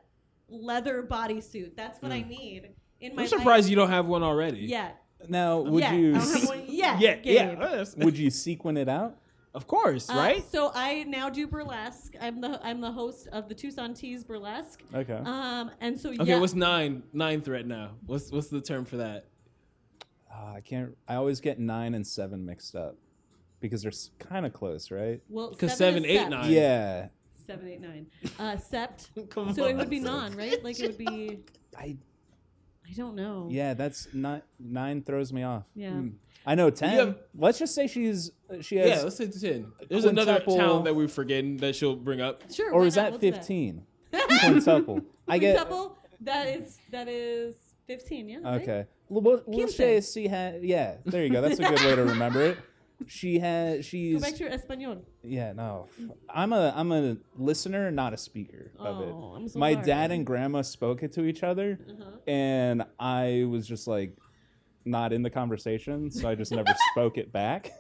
C: leather bodysuit. That's what I need in my.
A: Hmm. I'm surprised
C: life
A: you don't have one already.
C: yet.
B: Now, would
C: Yet.
B: you
C: I don't have one yet.
A: Yeah,
C: Gabe.
A: yeah.
B: would you sequin it out?
A: Of course,
C: Uh,
A: right?
C: So I now do burlesque. I'm the I'm the host of the Tucson Tees burlesque.
B: Okay.
C: Um, and so
A: Uh-huh. Okay,
C: yeah,
A: what's nine nine threat now? What's what's the term for that?
B: Ah, I can't. I always get nine and seven mixed up because they're kind of close, right?
C: well,
A: 'cause
C: seven,
A: seven,
C: is
A: eight,
C: sept.
A: nine.
B: Yeah.
C: Seven, eight, nine. Uh,
A: [LAUGHS]
C: sept.
A: Come
C: so it would be
A: on.
C: non, right? Like it
A: [LAUGHS]
C: would be.
B: I
C: I don't know.
B: yeah. That's not nine throws me off. Hmm.
C: Yeah.
B: I know ten.
A: have-
B: let's just say she's she
A: Yeah,
B: has,
A: let's say ten. There's another
B: Quintuple-
A: town that we're forgetting that she'll bring up.
C: Sure.
B: or
C: why
B: is
C: not?
B: that
C: Let's do [LAUGHS]
B: fifteen? Quintuple. I get.
C: Quintuple? That is that is fifteen. Yeah. right?
B: Okay. Well, we'll, we'll
C: Quince.
B: say she had. Yeah. There you go. That's a good way to remember it. She had.
C: Go
B: She's.
C: back to your Espanol.
B: Yeah, no. I'm a I'm a listener, not a speaker of it.
C: Oh, I'm so
B: My
C: sorry. Uh-huh.
B: dad and grandma spoke it to each other, and I was just like not in the conversation, so I just never spoke it back.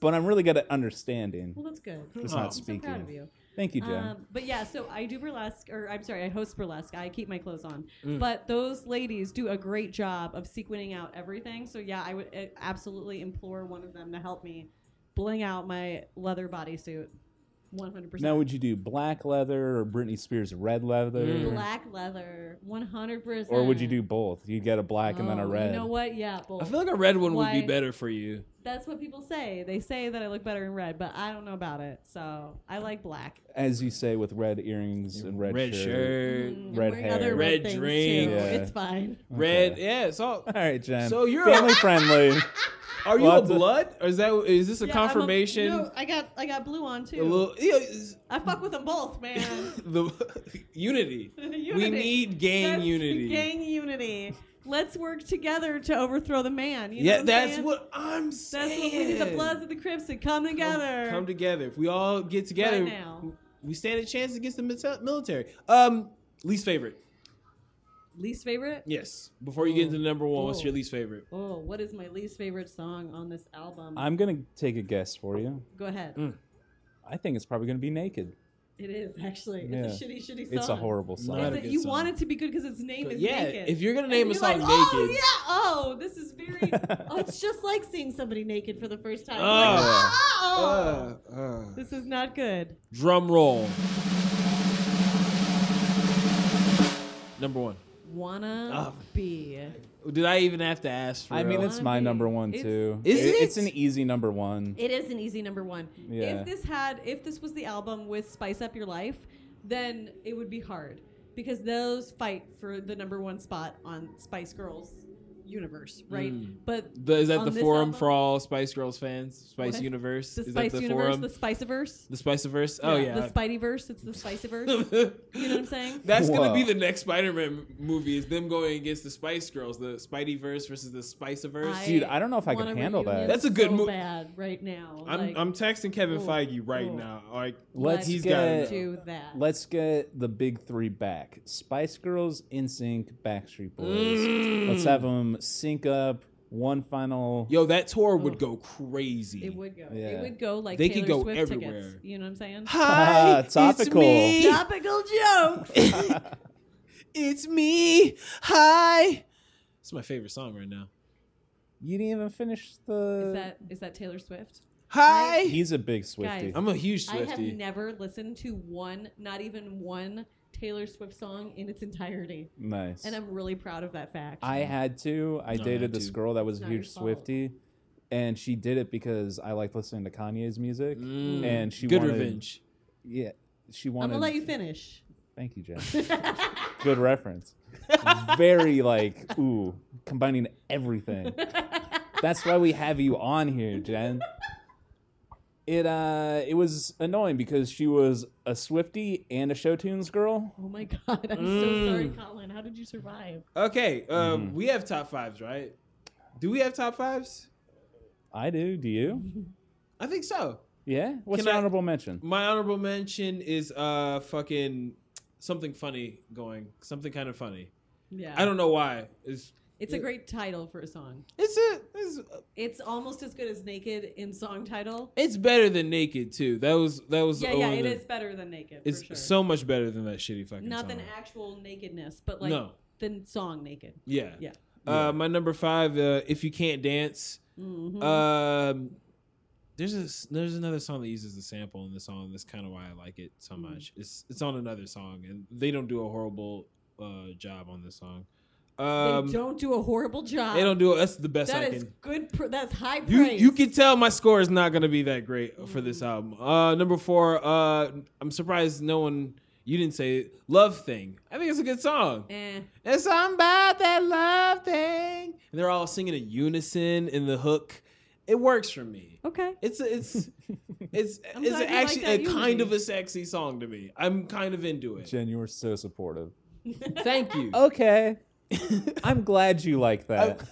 B: But I'm really good at understanding,
C: Well, that's good.
B: just
A: I'm
B: not
A: so
C: I'm so
B: speaking.
C: proud of you.
B: Thank you, Jen.
C: Um, but yeah, so I do burlesque, or I'm sorry, I host burlesque. I keep my clothes on,
B: Mm.
C: but those ladies do a great job of sequining out everything. So yeah, I would uh, absolutely implore one of them to help me bling out my leather bodysuit, 100.
B: now,
C: percent
B: would you do black leather or Britney Spears red leather,
C: Mm. Black leather, 100. percent Oh,
B: or would you do both? You'd get a black and then a red.
C: You know what? Yeah,
A: I
C: both.
A: feel like a red one would
C: Why?
A: be better for you.
C: That's what people say. They say that I look better in red, but I don't know about it. So I like black.
B: As you say, with red earrings and red,
A: Red shirt,
C: Mm, I'm
B: Red
C: wearing
B: hair.
C: other
A: Red
C: things,
A: drink.
C: too.
B: Yeah.
C: It's fine.
A: red. Yeah, it's all.
B: [LAUGHS] All right, Jen.
A: So you're a- [LAUGHS]
B: family friendly.
A: Are you a
B: Lots of-
A: blood? Or is that is this a
C: Yeah, I'm
A: confirmation?
C: no, I got I got blue on too.
A: a little yeah, it's-
C: I fuck with them
A: [LAUGHS]
C: both, man. [LAUGHS]
A: the unity. We
C: Unity.
A: need gang
C: That's
A: unity.
C: Gang unity. Let's work together to overthrow the man. You know
A: yeah,
C: I'm
A: that's
C: saying?
A: what I'm saying.
C: That's what we need. The Bloods and the Crips to come together.
A: Come together. If we all get together,
C: Right now.
A: we stand a chance against the mil- military. Um, least favorite.
C: least favorite?
A: Yes. Before you get into number one, what's
C: Ooh.
A: your least favorite?
C: Oh, what is my least favorite song on this album?
B: I'm gonna take a guess for you.
C: Go ahead.
A: Mm.
B: I think it's probably gonna be naked.
C: It is actually. It's a
B: Yeah.
C: shitty, shitty song.
B: It's a horrible
A: Not a
C: Is
B: song.
C: [LAUGHS] it-
A: good
C: you
A: song.
C: want it to be good because its name is
A: yeah,
C: naked.
A: if you're gonna
C: And
A: name a
C: you're
A: song
C: like, Oh
A: naked,
C: yeah. Oh, this
A: [LAUGHS]
C: is very. oh, it's just like seeing somebody naked for the first time. You're like,
A: Oh.
C: oh,
A: Uh, uh.
C: this is not good.
A: drum roll. Number one.
C: Wanna
A: Oh.
C: be.
A: Did I even have to ask? For
B: I mean,
A: real?
B: it's my number one
C: It's-
B: too.
A: Is it?
B: It's an easy number one.
C: It is an easy number one.
B: Yeah.
C: If this had, if this was the album with "Spice Up Your Life," then it would be hard because those fight for the number one spot on Spice Girls universe, right?
A: Mm.
C: But
A: The, is that
C: on
A: the
C: this
A: forum
C: album-
A: for all Spice Girls fans? Spice
C: What?
A: Universe?
C: the
A: is
C: Spice
A: that the
C: Universe,
A: forum?
C: the Spiceverse.
A: The Spiceverse? Oh, yeah.
C: The Spideyverse. It's
A: [LAUGHS]
C: the Spiceverse. you know what I'm saying?
A: That's going
B: Whoa.
A: to be the next Spider Man movie is them going against the Spice Girls, the Spideyverse versus the Spiceverse.
C: I
B: Dude, I don't know if I
C: want
B: can
C: a
B: handle
C: reunion
B: that.
A: That's a good
C: so
A: mo-
C: bad right now.
A: I'm,
C: Like,
A: I'm texting Kevin
C: Oh,
A: Feige right
C: oh.
A: now. Like,
B: Let's
A: he's
B: get-
A: got
C: do that.
B: Let's get the big three back: Spice Girls, NSYNC, Backstreet Boys.
C: Mm.
B: Let's have them sync up one final.
A: Yo, that tour would go crazy.
C: Oh. it would go. It
B: Yeah.
C: would go like
A: They
C: Taylor
A: could go
C: Swift tickets.
A: everywhere.
C: You know what I'm saying?
B: Ah,
A: Hi,
B: [LAUGHS] topical.
A: It's me.
C: Topical jokes.
A: [LAUGHS] It's me. Hi. It's my favorite song right now.
B: You didn't even finish the.
C: is that is that Taylor Swift?
A: Hi.
B: He's a big Swifty.
C: Guys,
A: I'm a huge
C: I have
A: Swifty.
C: never listened to one, not even one Taylor Swift song in its entirety,
B: nice.
C: and I'm really proud of that fact.
B: I had to. I
A: No, I
B: dated
A: had
B: this
A: to.
B: girl that was
C: It's
B: a
C: not your
B: huge
C: fault.
B: Swifty, and she did it because I like listening to Kanye's music,
A: Mm.
B: and she
A: Good
B: wanted,
A: revenge.
B: Yeah, she
C: I'm
B: wanted.
C: gonna let you
B: [LAUGHS]
C: finish. Oh
B: Thank you,
C: [LAUGHS]
B: Jen. Good reference. Very like ooh, combining
C: [LAUGHS]
B: everything. That's why we have you on here, Jen. It uh, it was annoying because she was a Swifty and a Show Tunes girl.
C: Oh my god, I'm
A: Mm.
C: so sorry, Colin. How did
B: [LAUGHS]
C: you survive?
A: Okay, uh,
B: Mm-hmm.
A: we have top fives, right? Do we have top fives?
B: I do. Do you?
A: I think so.
B: Yeah. What's
A: Can
B: your
A: I-
B: honorable mention?
A: My honorable mention is uh fucking something funny going, something kind of funny.
C: Yeah,
A: I don't know why. It's
C: It's a great title for a song.
A: it's a it's,
C: It's almost as good as Naked in song title.
A: it's better than naked too. That was that was
C: Yeah,
A: the
C: yeah,
A: one
C: it
A: that-
C: is better than Naked.
A: It's
C: for sure.
A: so much better than that shitty fucking
C: not
A: song.
C: than actual nakedness, but like
A: No.
C: the song Naked.
A: yeah.
C: Yeah. Mm-hmm.
A: Uh, my number five, uh, if you can't dance. Um, There's a s there's another song that uses the sample in the song. That's kind of why I like it so
C: Mhm.
A: much. It's it's on another song, and they don't do a horrible uh, job on this song. Um,
C: they don't do a horrible job.
A: they don't do it. That's the best I
C: That
A: can.
C: is good. Pr- that's high
A: You
C: praise.
A: you can tell my score is not gonna be that great for this
C: Mm-hmm.
A: album. Uh, number four. Uh, I'm surprised no one you didn't say love thing. I think it's a good song.
C: Eh.
A: It's something about that love thing. And they're all singing in unison in the hook. It works for me.
C: [LAUGHS] Okay.
A: It's a, [LAUGHS] it's it's
C: I'm
A: it's
C: glad you like
A: actually
C: that
A: a kind
C: unity.
A: of a sexy song to me. I'm kind of into it.
B: Jen, you were so supportive.
A: Thank you.
B: Okay. I'm glad you like
A: Oh.
B: that.
A: [LAUGHS]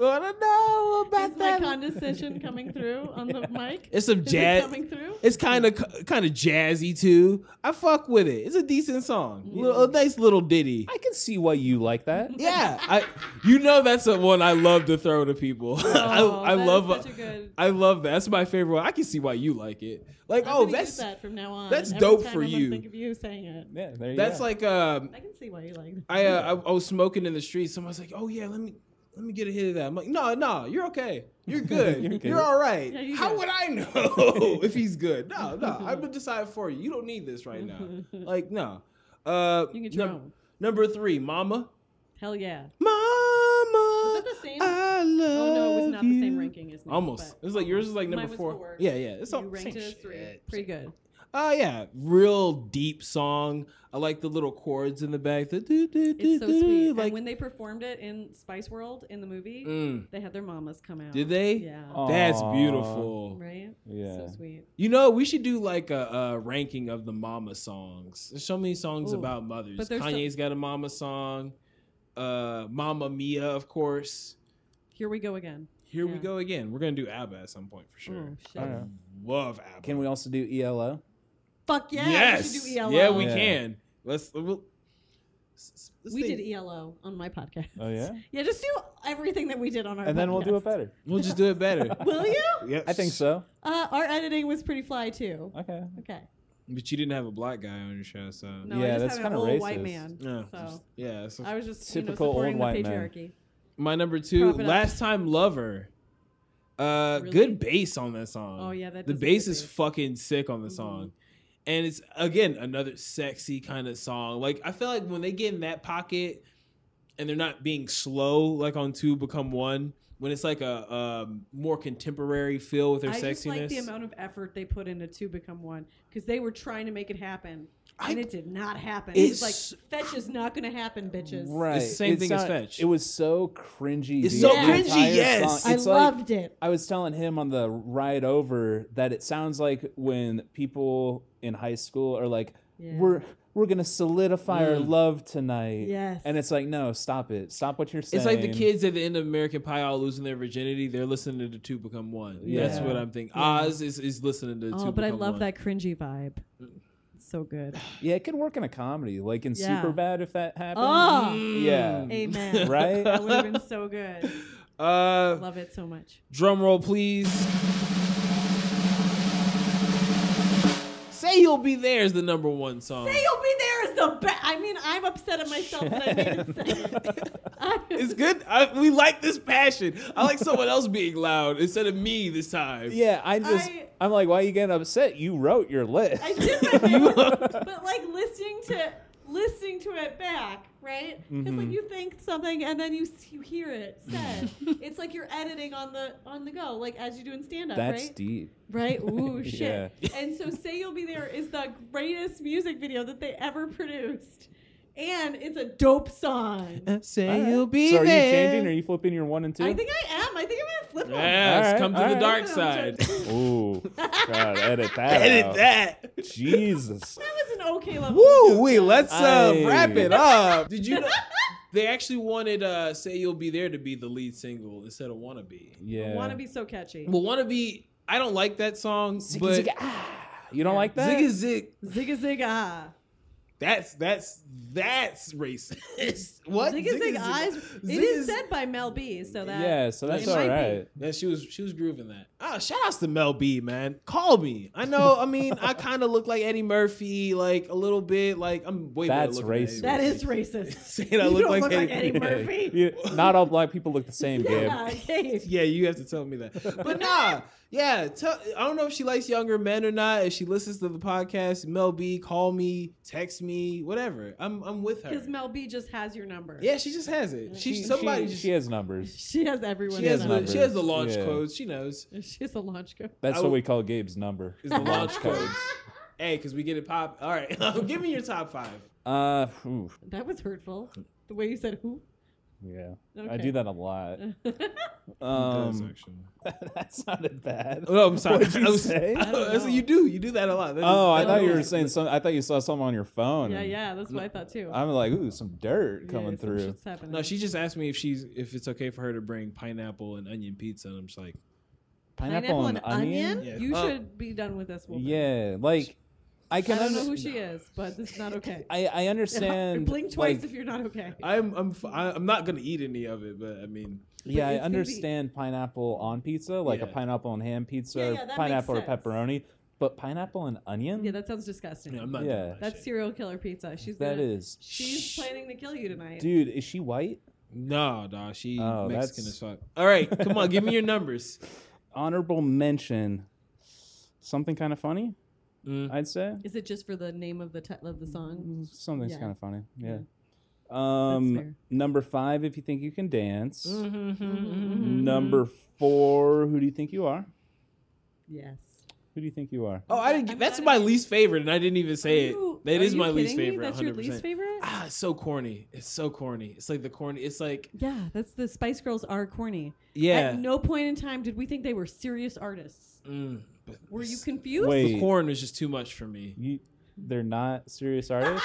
A: Wanna know about
C: Is my
A: that?
C: condescension coming through
A: [LAUGHS]
C: on the mic?
A: it's some
C: Is it
A: jazz.
C: coming through?
A: It's kind of kind of jazzy too. I fuck with it. It's a decent song. Little, a nice little ditty.
B: I can see why you like that.
A: [LAUGHS] Yeah, I you know that's the one I love to throw to people. [LAUGHS]
C: Oh,
A: I, I
C: that is
A: love uh,
C: such a good-
A: I love that. That's my favorite one. I can see why you like it. Like,
C: I'm
A: oh,
C: gonna use
A: that's
C: that from now on.
A: that's
C: Every
A: dope
C: time
A: for
C: I'm gonna
A: you.
C: Think of you saying it.
B: Yeah, there you
A: that's
B: go.
A: like um
C: I can see why you like. That.
A: I, uh, I I was smoking in the street. Someone's like, "Oh yeah, let me let me get a hit of that." I'm like, "No, no, you're okay.
B: [LAUGHS]
A: You're good.
B: You're
A: you're,
B: good.
A: all right."
C: Yeah, you
A: How
C: good.
A: would I
B: [LAUGHS]
A: know if he's good? No, no, I'm gonna decide for you. You don't need this right
C: [LAUGHS]
A: now. Like, no. Uh,
C: You can get your
A: num-
C: own.
A: Number three, Mama.
C: Hell yeah.
A: Mama,
C: Was that the same?
A: I love
C: Oh no, it was not the same
A: you.
C: ranking as me.
A: Almost. It
C: but
A: was like yours is like
C: Mine
A: number
C: was
A: four.
C: four.
A: Yeah, yeah. It's all
C: you ranked
A: same
C: it as three.
A: shit.
C: Pretty good.
A: Oh yeah, real deep song. I like the little chords in the back. The do do do
C: It's so
A: do.
C: sweet.
A: Like
C: and when they performed it in Spice World in the movie,
A: Mm.
C: they had their mamas come out.
A: Did they? Oh.
C: Yeah.
B: Aw.
A: That's
B: Aw.
A: beautiful.
C: Right.
B: yeah.
C: So sweet.
A: You know, we should do like a, a ranking of the mama songs. There's so many songs
C: Ooh.
A: about mothers.
C: But there's so-
A: Kanye's got a mama song. Uh, Mama Mia, of course.
C: Here we go again.
A: Here we
C: Yeah.
A: go again. We're gonna do ABBA at some point for sure.
C: Oh, shit.
A: I
B: Okay.
A: love ABBA.
B: Can we also do E ELO?
C: Fuck yeah.
A: yes.
C: We should do ELO.
A: Yeah, we
B: Yeah.
A: can. Let's. We'll, let's
C: We
A: think-
C: did E ELO on my podcast.
B: Oh, yeah?
C: Yeah, just do everything that we did on our.
B: And then we'll do it
C: podcast.
B: better.
A: We'll just do it
C: [LAUGHS]
A: better.
C: Will you?
A: Yes.
B: I think so.
C: Uh, our editing was pretty fly too.
B: Okay.
C: Okay.
A: But you didn't have a black guy on your show, so
C: No,
B: Yeah,
C: I just
B: that's
C: had an
B: kinda
C: old white
B: racist.
C: man.
A: yeah,
C: So
A: yeah. so-
C: I was just
B: Typical old
C: you know, supporting
B: white
C: the
B: man.
C: patriarchy.
A: my number two,
C: Prop it up.
A: last time lover. Uh,
C: Really?
A: good bass on that song.
C: Oh, yeah, that
A: the
C: does a
A: bass
C: good
A: is
C: bass. Mm-hmm.
A: fucking sick on the song, and it's again another sexy kind of song. Like I feel like when they get in that pocket, and they're not being slow like on two become one. When it's like a, um more contemporary feel with their sexiness,
C: I just like the amount of effort they put into two become one because they were trying to make it happen
A: I-
C: and it did not happen.
A: It's-
C: It was like fetch is not going to happen, bitches.
B: Right.
A: It's the same thing as
B: not-
A: Fetch.
B: It was so cringy.
A: It's
B: the
A: so
B: entire
A: cringy, yes.
B: song.
C: I
B: It's like-
C: loved it.
B: I was telling him on the ride over that it sounds like when people in high school are like,
C: Yeah.
B: "We're we're gonna solidify our
A: Mm.
B: love tonight,"
C: Yes.
B: and it's like, "No, stop it! Stop what you're saying."
A: It's like the kids at the end of American Pie all losing their virginity. They're listening to the two become one. That's
B: Yeah.
A: what I'm thinking. Oz is, is listening to the two.
C: Oh, but I
A: become
C: love
A: one.
C: that cringy vibe. It's so [SIGHS] good.
B: Yeah, it could work in a comedy, like in
C: Yeah.
B: Superbad, if that happened.
C: Oh,
B: Yeah.
A: [LAUGHS]
B: [LAUGHS]
C: amen.
B: Right? [LAUGHS]
C: [LAUGHS] That would have been so good.
A: Uh,
C: Love it so much.
A: drum roll, please. Say you'll be there is the number one song.
C: Hey, you'll be there is the best. I mean, I'm upset at myself that I made
A: [LAUGHS]
C: it. Say
A: It's good. I, we like this passion. I like someone else being loud instead of me this time.
B: Yeah, I just
C: I-
B: I, am like, why are you getting upset? You wrote your list.
C: I
B: [LAUGHS]
C: did my best, but like listening to listening to it back, right? It's
B: Mm-hmm.
C: like you think something and then you s- you hear it
B: [LAUGHS]
C: said. it's like you're editing on the on the go, like as you do in stand up,
B: That's
C: right?
B: deep. [LAUGHS]
C: Right? Ooh, shit. And so Say You'll Be There is the greatest music video that they ever produced. And it's a dope song.
A: Say
B: All right.
A: you'll be
B: so are
A: there.
B: you changing? Are Uh, you flipping your one and two?
C: I think I am. I think I'm gonna flip it.
A: Yes,
B: All right,
A: come to
B: all
A: the
B: right.
A: dark
C: I'm
A: side.
C: [LAUGHS]
B: Ooh, God, edit that.
A: [LAUGHS]
B: out.
A: Edit that.
B: Jesus.
C: That was an okay level.
A: Woo wee, let's uh,
B: Aye.
A: wrap it up. Did you know [LAUGHS] they actually wanted uh, Say You'll Be There to be the lead single instead of Wannabe?
B: Yeah.
C: Wanna be so catchy.
A: Well, Wannabe, I don't like that song, but
B: Zigga, ah. You don't like that?
A: Zigga Zig,
C: Zigga zig ah.
A: that's that's that's racist. what?
C: Zigga zig
A: Zigga
C: eyes.
A: Zig-
C: It is
A: Zigga-
C: said by Mel B, so that
B: yeah, so that's
C: it
B: all
C: might be.
B: right.
A: Yeah, she was she was grooving that. Oh, shout outs to Mel B, man. Call me. I know. I mean,
C: [LAUGHS]
A: I kind of look like Eddie Murphy, like a little bit. Like I'm way better
B: That's
A: looking than Eddie
B: racist.
C: That
A: Murphy. [LAUGHS]
B: [LAUGHS]
C: is racist.
A: Saying I
C: you
A: look
C: don't
A: like
C: look like
A: Eddie-
C: Eddie Murphy.
B: You- not all black people look the same, Gabe.
C: [LAUGHS] Yeah, Gabe.
A: [LAUGHS] Yeah, you have to tell me that. But nah, yeah. Tell, I don't know if she likes younger men or not. If she listens to the podcast, Mel B, call me, text me, whatever. I'm I'm with her.
C: Because Mel B just has your number.
A: Yeah, she just has it. She, somebody
B: she,
A: just
B: she has numbers.
C: She has everyone.
A: she has
B: has
A: the,
B: numbers.
A: she has the launch
B: Yeah.
A: codes. She knows
C: She has a launch code.
B: That's
A: I
B: what
A: would-
B: we call Gabe's number.
A: [LAUGHS] is the launch
B: codes.
A: codes. Hey, because we get it pop. All right, [LAUGHS] give me your top five.
B: Uh, phew,
C: That was hurtful. The way you said who.
B: yeah. I
C: Okay.
B: do that a lot.
C: [LAUGHS]
B: Um, [LAUGHS] that sounded bad.
A: Oh, I'm sorry.
B: [LAUGHS] What'd you
A: I was-
B: say?
A: [LAUGHS] I
C: don't
A: was-
C: know.
A: you do. You do that a lot. That
B: Oh,
A: is-
B: I
A: that
B: thought
A: is- [LAUGHS]
B: you were saying some. I thought you saw something on your phone.
C: yeah, yeah. That's what I thought too.
B: I'm like, ooh, some dirt coming
C: Yeah, some
B: through.
C: shit's happening.
A: No, she just asked me if she's if it's okay for her to bring pineapple and onion pizza, and I'm just like,
B: Pineapple, and onion.
A: Yeah.
C: You
A: Oh.
C: should be done with this woman.
B: Yeah, like I
C: I
B: can.
C: don't
B: under-
C: know who she is, but
B: [LAUGHS]
C: it's not okay.
B: I I understand.
C: [LAUGHS] Blink twice
B: like,
C: if you're not okay.
A: I'm I'm f- I- I'm not gonna eat any of it, but I mean,
B: Yeah, I
C: it's gonna be-
B: understand pineapple on pizza, like a
A: Yeah.
B: pineapple and ham pizza,
C: Yeah,
B: or
C: yeah, that makes
B: pineapple or
C: sense.
B: pepperoni, but pineapple and onion.
C: yeah, that sounds disgusting.
A: you know, I'm not.
B: Yeah.
A: doing that
C: That's
A: shit.
C: serial killer pizza. She's
B: That
C: gonna,
B: is-
C: She's
B: Shh.
C: planning to kill you tonight.
B: Dude, is she white?
A: no, dog. She
B: Oh,
A: Mexican
B: that's-
A: as fuck. All right, come on, give me your
B: [LAUGHS]
A: numbers.
B: Honorable mention. Something kind of funny,
A: Mm.
B: I'd say.
C: Is it just for the name of the title of the song?
B: Something's
C: Mm, Yeah.
B: kind of funny. Yeah.
C: Yeah.
B: Um,
C: fair.
B: number five, if you think you can dance.
C: Mm-hmm.
B: Number four, who do you think you are?
C: Yes.
B: Who do you think you are?
A: Oh, I didn't.
C: I'm
A: Get, that's
C: not
A: my least favorite, and I didn't even say
C: You-
A: it. That
C: are
A: is
C: you
A: my least
C: kidding
A: favorite.
C: me? That's
A: 100%.
C: your least favorite?
A: Ah, it's so corny. It's so corny. It's like the corny. It's like
C: Yeah, that's the Spice Girls are corny.
A: yeah.
C: At no point in time did we think they were serious artists.
A: Mm, but
C: Were you
A: it's-
C: confused?
B: Wait.
A: The corn was just too much for me.
B: You, they're not serious
C: [LAUGHS]
B: artists?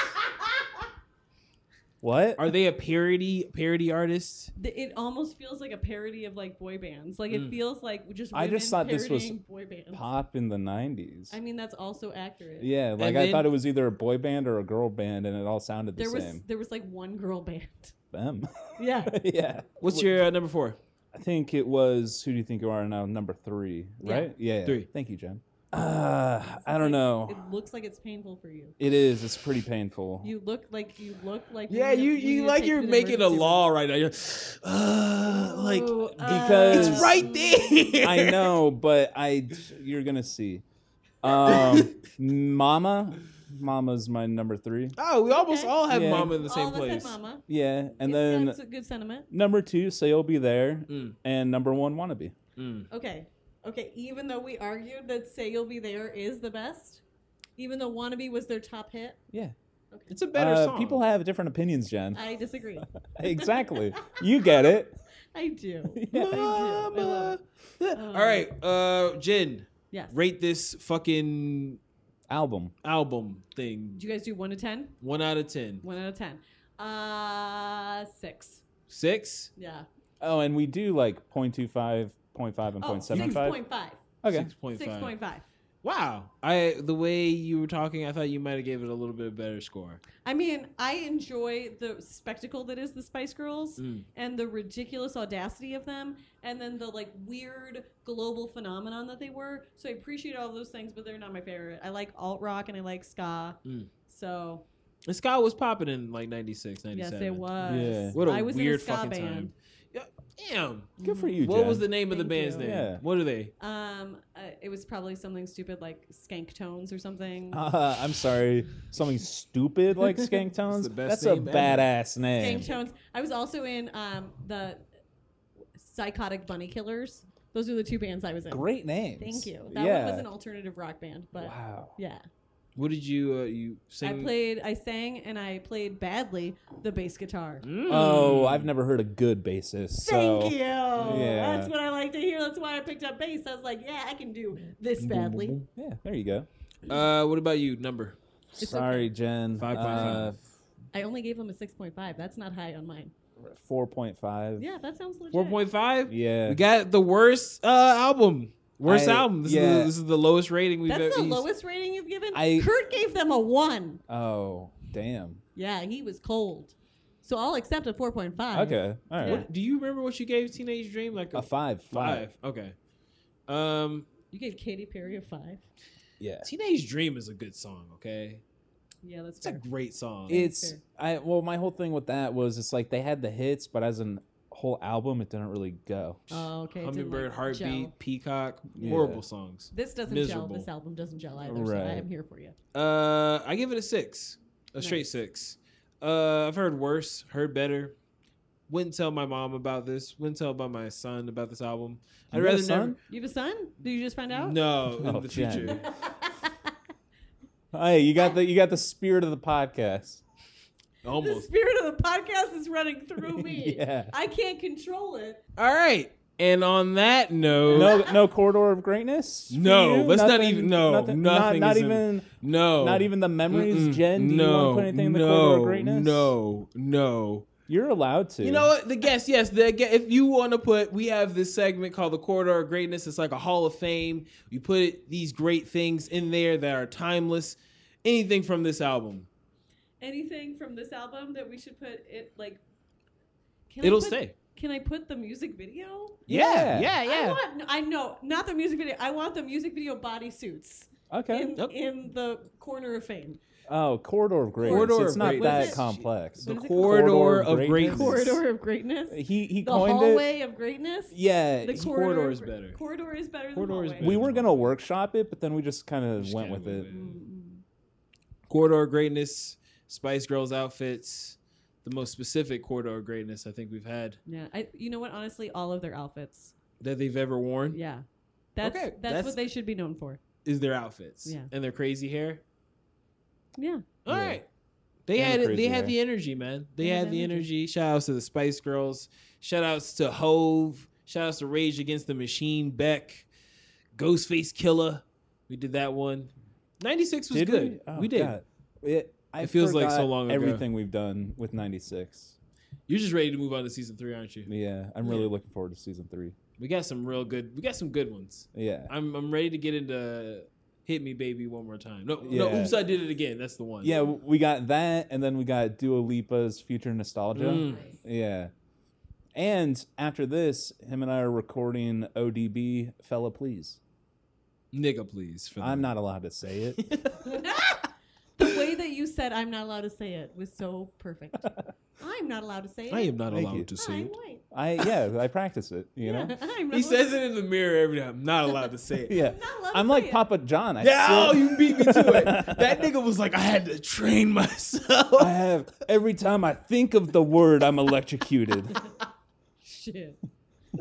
B: what?
A: Are they a parody parody artist?
C: The- It almost feels like a parody of like boy bands. Like it
A: Mm.
C: feels like just
B: I
C: women
B: just thought this was
C: parodying boy bands.
B: Pop in the 90s.
C: I mean, that's also accurate.
B: yeah, like
A: And
B: I
A: then-
B: thought it was either a boy band or a girl band, and it all sounded the
C: There was
B: same.
C: there was like one girl band.
B: [LAUGHS] Them.
C: Yeah.
B: yeah.
A: What's your uh, number four?
B: I think it was Who Do You Think You Are Now, number three,
C: Yeah.
B: right? Yeah. yeah.
A: Three.
B: Thank you, Jen. Uh, I don't know.
C: It looks like it's painful for you.
B: It is. It's pretty painful.
C: You look like you look like
A: Yeah,
C: need to-
A: you
C: need
A: you
C: to
A: like
C: take
A: you're
C: an
A: making a
C: emergency
A: law right now. You're, uh,
C: room.
A: like
C: Oh,
B: because-
A: uh, it's
C: [LAUGHS]
A: right there.
B: I know, but I you're gonna see.
C: [LAUGHS]
B: Um, Mama, Mama's my number three.
A: [LAUGHS] Oh, we almost
C: Okay.
A: all have
B: Yeah.
A: mama in the
C: All
A: same
C: of us had
A: place.
C: Oh, Mama.
B: Yeah, and
C: Yeah,
B: then
C: that's a good sentiment.
B: number two, so you'll be there,
A: Mm.
B: and number one, wannabe.
A: Mm.
C: Okay. Okay. Even though we argued that Say You'll Be There is the best, even though Wannabe was their top hit,
B: Yeah,
A: It's a better
B: Uh,
A: song.
B: people have different opinions,
C: [LAUGHS]
B: Jen. [LAUGHS]
C: I
A: [LAUGHS]
C: disagree.
B: exactly, you get it.
A: [LAUGHS]
C: I do.
B: Yeah.
A: Mama.
C: love Um,
A: all right, uh, Jen,
C: Yes.
A: rate this fucking
B: Album.
A: album thing.
C: Did you guys do one to ten?
A: One out of ten.
C: One out of ten. Uh, six.
A: Six.
C: Yeah.
B: Oh, and we do like 0.25, 0.5, and
C: Oh,
B: 0.75.
C: 6.5.
B: Okay.
A: Six point
C: Six
A: five.
C: point five.
A: Wow. I the way you were talking, I thought you might have gave it a little bit better score.
C: I mean, I enjoy the spectacle that is the Spice Girls
A: Mm.
C: and the ridiculous audacity of them, and then the like weird global phenomenon that they were. So I appreciate all those things, but they're not my favorite. I like alt rock and I like ska.
A: Mm.
C: So
A: And Scott was popping in like 96,
C: yes,
A: 97.
C: it was.
B: Yeah.
A: What a
C: I was
A: weird
C: in a ska
A: fucking
C: band.
A: time. Yeah, Damn.
B: Good for you, Jen.
A: What was the name of the
C: Thank
A: band's
C: you.
A: name?
B: Yeah.
A: What are they?
C: Um, uh, it was probably something stupid like Skank Tones or something.
B: [LAUGHS] Uh, I'm sorry. Something
A: [LAUGHS]
B: stupid like Skank Tones.
A: It's the best
B: That's a
A: name ever.
B: badass name.
C: Skank Tones. I was also in um the Psychotic Bunny Killers. Those are the two bands I was in.
B: Great names.
C: Thank you. That
B: yeah.
C: one was an alternative rock band, but
B: wow.
C: yeah,
A: What did you uh, you sing?
C: I played, I sang, and I played badly the bass guitar.
A: Mm.
B: Oh, I've never heard a good bassist. So
C: Hmm. Thank you.
B: Yeah.
C: That's what I like to hear. That's why I picked up bass. I was like, yeah, I can do this badly.
B: yeah, there you go.
A: Uh, what about you? Number
C: It's
B: Sorry,
C: okay.
B: Jen.
A: Five point
B: Uh,
C: I only gave him a six point five. That's not high on mine.
B: Uh, Four point five.
C: Yeah, that sounds legit.
A: four point five.
B: Yeah.
A: We got the worst uh album. Worst
B: I-
A: album. This, is
B: yeah.
A: the, this is the lowest rating we've
C: That's
A: ever.
C: the
A: he's-
C: lowest rating you've given.
B: I-
C: Kurt gave them a one.
B: oh, damn.
C: Yeah, he was cold. So I'll accept a 4.5.
B: Okay. All right.
C: Yeah.
A: Do you remember what you gave Teenage Dream? Like a,
B: A five.
A: five. Okay. Um,
C: You gave Katy Perry a five.
B: Yeah.
A: Teenage Dream is a good song. Okay,
C: Yeah, that's
A: it's a
C: fair.
A: great song.
B: It's
C: fair.
B: I well my whole thing with that was it's like they had the hits, but as an whole album it didn't really go.
A: Uh,
C: Oh, okay. it didn't,
A: Hummingbird,
C: like,
A: Heartbeat,
C: gel.
A: Peacock,
B: Yeah.
A: horrible songs.
C: This doesn't
A: Miserable.
C: gel. This album doesn't gel either. So I
B: Right.
C: am here for you.
A: Uh, I give it a six, a straight
C: Nice.
A: six. Uh, I've heard worse, heard better. Wouldn't tell my mom about this. Wouldn't tell by my son about this album.
B: You have a son?
C: You have a son? Did you just find
A: never.
B: [LAUGHS]
C: out? [LAUGHS]
A: No, in
B: Oh,
A: the
B: Jen.
A: future.
B: Hey, you got the you got the spirit of the podcast.
C: the
A: Almost.
C: spirit of the podcast is running through
A: [LAUGHS]
C: me.
B: [LAUGHS] Yeah.
C: I can't control it.
A: All right. And on that note,
B: No no corridor of greatness? for
A: No,
B: you?
A: let's not
B: Nothing-
A: even- no, nothing
B: not, not
A: is in-
B: even
A: no,
B: not even the memories,
A: Mm-mm.
B: Jen. Do you want to put anything in the corridor of greatness?
A: No, no.
B: You're allowed to.
A: You know what? The guest, yes. The gue- if you want to put, we have this segment called the Corridor of Greatness. It's like a Hall of Fame. You put these great things in there that are timeless. Anything from this album,
C: Anything from this album that we should put it like? Can I
A: it'll
C: put-
A: stay.
C: Can I put the music video?
A: Yeah, yeah,
C: I
A: yeah.
C: want. I know, not the music video. I want the music video bodysuits
B: Okay.
C: in
A: Yep.
C: in the corner of fame.
B: Oh, corridor of greatness.
A: Corridor
B: it's
A: of
B: not
A: greatness.
B: that
C: What is it?
B: complex.
A: The
C: What is it
A: Corridor,
B: Corridor
A: of
B: of
A: Greatness.
C: Corridor of greatness.
B: He he
C: the
B: coined it.
C: hallway of greatness.
B: Yeah.
C: The
B: he-
C: corridor,
A: corridor
C: of
A: is
C: gre-
A: better.
C: Corridor is better.
A: Corridor
C: than
A: is
C: hallway.
A: better.
B: we were gonna workshop it, but then we just kind of
A: Just
B: went
A: kinda
B: with
A: went
B: it.
A: with
C: Mm-mm.
A: Corridor of Greatness, Spice Girls outfits, the most specific Corridor of Greatness I think we've had
C: Yeah, I, you know what? Honestly, all of their outfits.
A: that they've ever worn
C: Yeah, that's
A: Mm. Okay,
C: that's,
A: that's-
C: what they should be known for.
A: is their outfits
C: Yeah.
A: and their crazy hair.
C: Yeah,
A: All
B: Yeah.
A: right, They
B: And
A: had
B: the
A: it, they
B: crazy
A: had
B: hair.
A: the energy, man. They
C: They had
A: had the
C: energy.
A: energy. Shout outs to the Spice Girls. Shout outs to Hove. Shout outs to Rage Against the Machine, Beck, Ghostface Killer. We did that one. 96 was
B: Did
A: good.
B: we? Oh,
A: we did.
B: God. It, I
A: It feels like so
B: forgot
A: long ago.
B: Everything we've done with '96.
A: You're just ready to move on to season 3, aren't you?
B: Yeah, I'm really looking forward to season three.
A: We got some real good. We got some good ones.
B: Yeah.
A: I'm I'm ready to get into Hit Me Baby one more time. No, no,
B: Yeah.
A: oops, I did it again. That's the one.
B: Yeah, w- we got that, and then we got Dua Lipa's Future Nostalgia.
A: Mm.
B: Yeah. And after this, him and I are recording ODB Fella Please.
A: Nigga, please. for
B: I'm
A: them.
B: not allowed to say
A: [LAUGHS]
B: it.
C: [LAUGHS] the way that you said "I'm not allowed to say it" was so
A: [LAUGHS]
C: perfect. I'm not allowed to say it.
A: I am not
B: Thank
A: allowed
B: you.
A: to say
C: I'm
A: it.
C: white.
B: I yeah, I practice it, you
C: Yeah,
B: know?
C: [LAUGHS] I'm not
A: He says
C: allowed-
A: it in the mirror every time. I'm not allowed to say it.
B: Yeah.
C: I'm not allowed to
B: I'm
C: say
B: like
C: it.
B: Papa John. I
A: Yeah, oh,
B: sit-
A: you beat me to
B: [LAUGHS]
A: it. That nigga was like, I had to train myself.
B: I have every time I think of the word I'm electrocuted.
C: Shit.
A: [LAUGHS]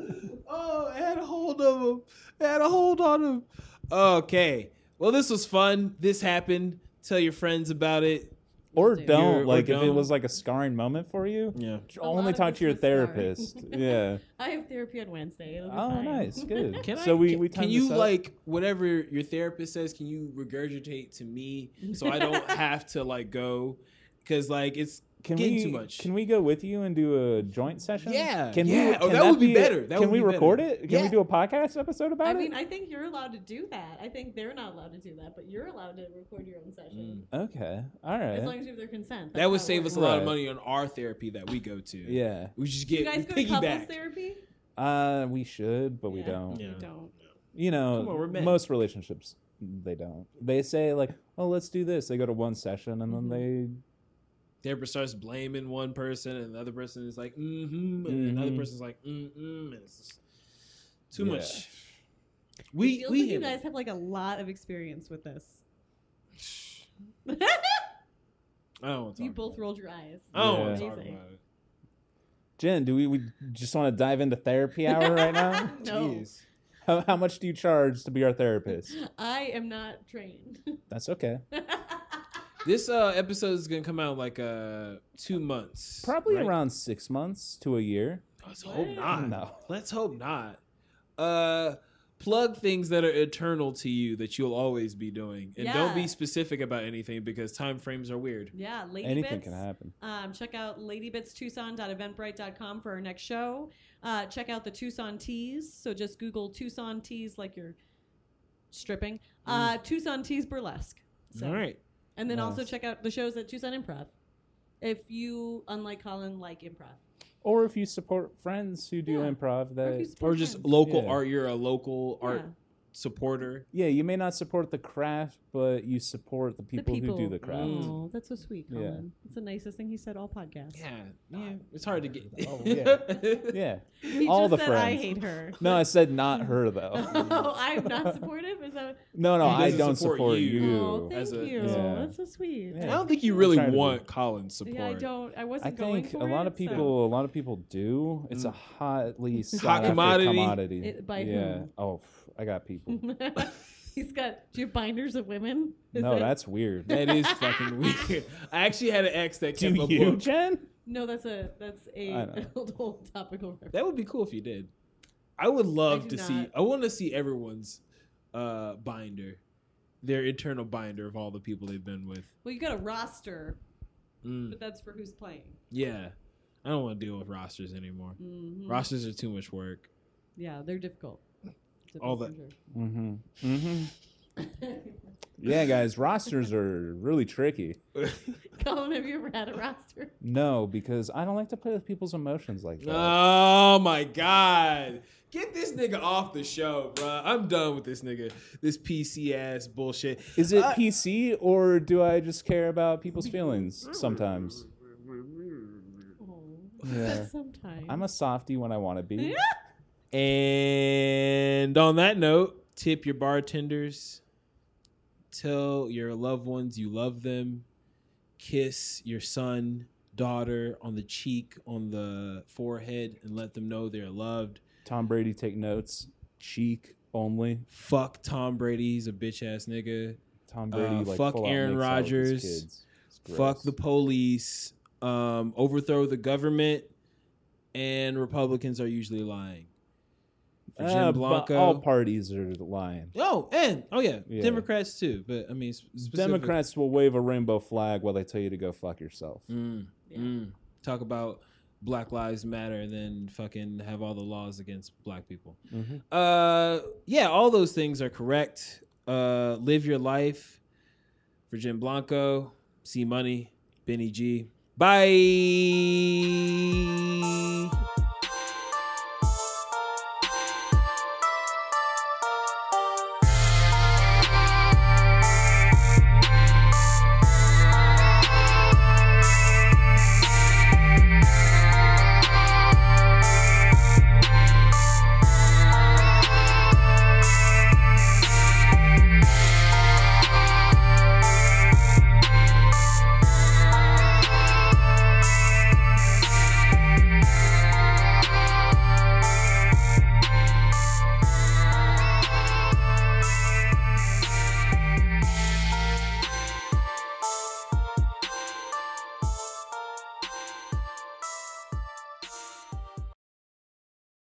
A: oh, I had a hold of him. I had a hold on him. Okay. Well, this was fun. This happened. Tell your friends about it.
B: Or
C: Dude.
B: don't.
A: You're- or
B: like if it
A: don't.
B: was like a scarring moment for you.
A: Yeah.
B: Only
C: lot of
B: talk
C: it's
B: to your
C: just scarring.
B: therapist. yeah.
C: I have therapy on Wednesday. It'll be
B: Oh,
C: fine.
B: nice.
C: [LAUGHS]
B: Good.
A: Can
B: so
A: I,
B: we
A: can,
B: we
A: can
B: timed
A: you
B: this up.
A: like whatever your therapist says? Can you regurgitate to me so I
B: [LAUGHS]
A: don't have to like go? Because like it's
B: can
A: getting
B: we
A: too much.
B: can we go with you and do a joint session?
A: Yeah,
B: Can
A: yeah.
B: we?
A: Oh,
B: can
A: that would be better. That
B: can
A: would
B: we
A: be better.
B: record it? Can
A: Yeah.
B: we do a podcast episode about
C: I
B: it?
C: mean, I think you're allowed to do that. I think they're not allowed to do that, but you're allowed to record your own session
B: okay. All
C: as
B: right.
C: long as you have their consent.
A: Mm.
C: That's
A: that would
C: how it
A: save us a
C: works.
A: lot of
B: Right.
A: money on our therapy that we go to.
B: Yeah.
A: We just
C: You
A: get [LAUGHS]
C: guys go
A: we
C: to couples
A: piggyback.
C: therapy?
B: Uh, we should, but we
C: Yeah,
B: don't.
A: Yeah.
C: You don't.
B: You
A: Come on, we're
B: know,
A: men.
B: most relationships they don't. They say like, "Oh, let's do this." They go to one session and then
C: Mhm.
A: Mm-hmm.
B: they
A: therapist starts blaming one person, and another person is like, mm-hmm, and another
B: Mhm.
A: person's like, mm-mm, and it's just too
B: Yeah.
A: much.
C: it
A: We
C: feels
A: we
C: like you
A: handle
C: guys
A: it.
C: have like a lot of experience with this. [LAUGHS]
A: I don't want to talk.
C: you both
A: about
C: rolled your eyes.
A: it. I don't want
B: Yeah.
A: to talk
C: Amazing.
A: about it.
B: Jen, do we, we just want to dive into therapy hour right
A: [LAUGHS]
B: now?
C: [LAUGHS] no,
A: Oh, Jeez.
B: how, how much do you charge to be our therapist?
C: I am not trained. [LAUGHS]
B: That's okay.
A: This uh, episode is gonna come out in like uh two months,
B: Probably
A: right? Ah.
B: around six months to a year.
A: Let's hope
C: What?
A: not.
B: No.
A: Let's hope not. Uh, plug things that are eternal to you that you'll always be doing, and don't be
C: Yeah.
A: specific about anything because time frames are weird.
C: yeah, lady
B: Anything
C: bits.
B: can happen.
C: Um, check out ladybitstucson.eventbrite.com for our next show. Uh, check out the Tucson Tees. So just Google Tucson Tees like you're stripping. Uh, Tucson Tees Burlesque. So,
A: Mm. All right.
C: And then also
B: Nice.
C: check out the shows at Tucson Improv. If you, unlike Colin, like improv.
B: or if you support friends who do
C: Yeah.
B: improv
C: Or if
B: that
C: you support
A: Or just
C: friends.
A: local
B: Yeah.
A: art. You're a local art
C: Yeah.
A: supporter.
B: yeah you may not support the craft but you support the people, who do the craft
A: Mm.
C: Oh, that's so sweet,
B: Yeah.
C: Colin. It's the nicest thing he said all podcast.
A: Yeah, yeah. It's hard to get. [LAUGHS]
B: Oh, yeah. yeah
C: He
B: All the
C: just said I
B: friends.
C: hate her.
B: [LAUGHS] no i said not her though
C: [LAUGHS] oh,
B: [LAUGHS]
C: I'm not supportive. Is that?
B: no no
A: He
B: i
A: doesn't
B: don't
A: support
B: support,
A: you.
B: you,
C: Oh, thank
A: as a-
C: you.
B: as a-
C: That's so sweet.
A: I
B: Yeah.
A: don't think you really
B: Trying to be.
A: want Colin's support.
C: Yeah, I don't. I
B: I
C: wasn't going
B: think
C: for
B: a lot of
C: it, so-
B: people, a lot of people do. It's a hotly
A: Hot
B: sought Mm. commodity.
A: commodity.
B: commodity.
C: It- by
B: yeah.
C: whom?
B: Oh, pff, I got people.
C: He's got. Do you have binders of women? [LAUGHS] Is
B: no,
C: that-
B: that's
C: [LAUGHS]
B: weird.
A: That is fucking weird. I actually had an ex that
B: Do
A: kept a
B: you,
A: book.
B: Jen?
C: no. That's a that's
B: I
C: a [LAUGHS]
B: know.
C: old, old topical reference.
A: That would be cool if you did. I would love
C: I
A: to
C: do
A: see.
C: not.
A: I want to see everyone's uh, binder, their internal binder of all the people they've been with.
C: Well, you got a roster,
A: Mm,
C: but that's for who's playing.
A: yeah, I don't want to deal with rosters anymore.
C: Mhm.
A: Rosters are too much work. [LAUGHS]
C: Yeah, they're difficult.
A: All
C: Difficult for
B: Mm-hmm. Mm-hmm.
C: sure. [LAUGHS]
B: Yeah, guys, rosters are really tricky.
C: Colin, have you ever had a roster?
B: No, because I don't like to play with people's emotions like that.
A: Oh my god. Get this nigga off the show, bruh. I'm done with this nigga. This PC ass bullshit.
B: Is it
A: I-
B: PC or do I just care about people's feelings sometimes?
C: Oh,
B: Yeah.
C: [LAUGHS] sometimes.
B: I'm a softie when I want to be.
A: And on that note, tip your bartenders. Tell your loved ones you love them. Kiss your son, daughter on the cheek, on the forehead, and let them know they're loved.
B: Tom Brady take notes, cheek only.
A: Fuck Tom Brady. He's a bitch ass nigga.
B: Tom Brady,
A: Uh,
B: like
A: fuck
B: full out
A: Aaron
B: makes out with his
A: Rodgers.
B: kids. It's
A: fuck
B: gross.
A: the police, um, overthrow the government, and Republicans are usually lying. For Jim
B: Uh, bu-
A: Blanco.
B: All parties are lying.
A: oh, and oh yeah,
B: Yeah.
A: Democrats too. But I mean, sp- specific-
B: Democrats will wave a rainbow flag while they tell you to go fuck yourself.
A: Mm,
C: Yeah.
A: mm. talk about Black Lives Matter, and then fucking have all the laws against black people.
B: Mhm.
A: Uh, yeah, all those things are correct. Uh, live your life. For Jim Blanco, C Money, Benny G. Bye.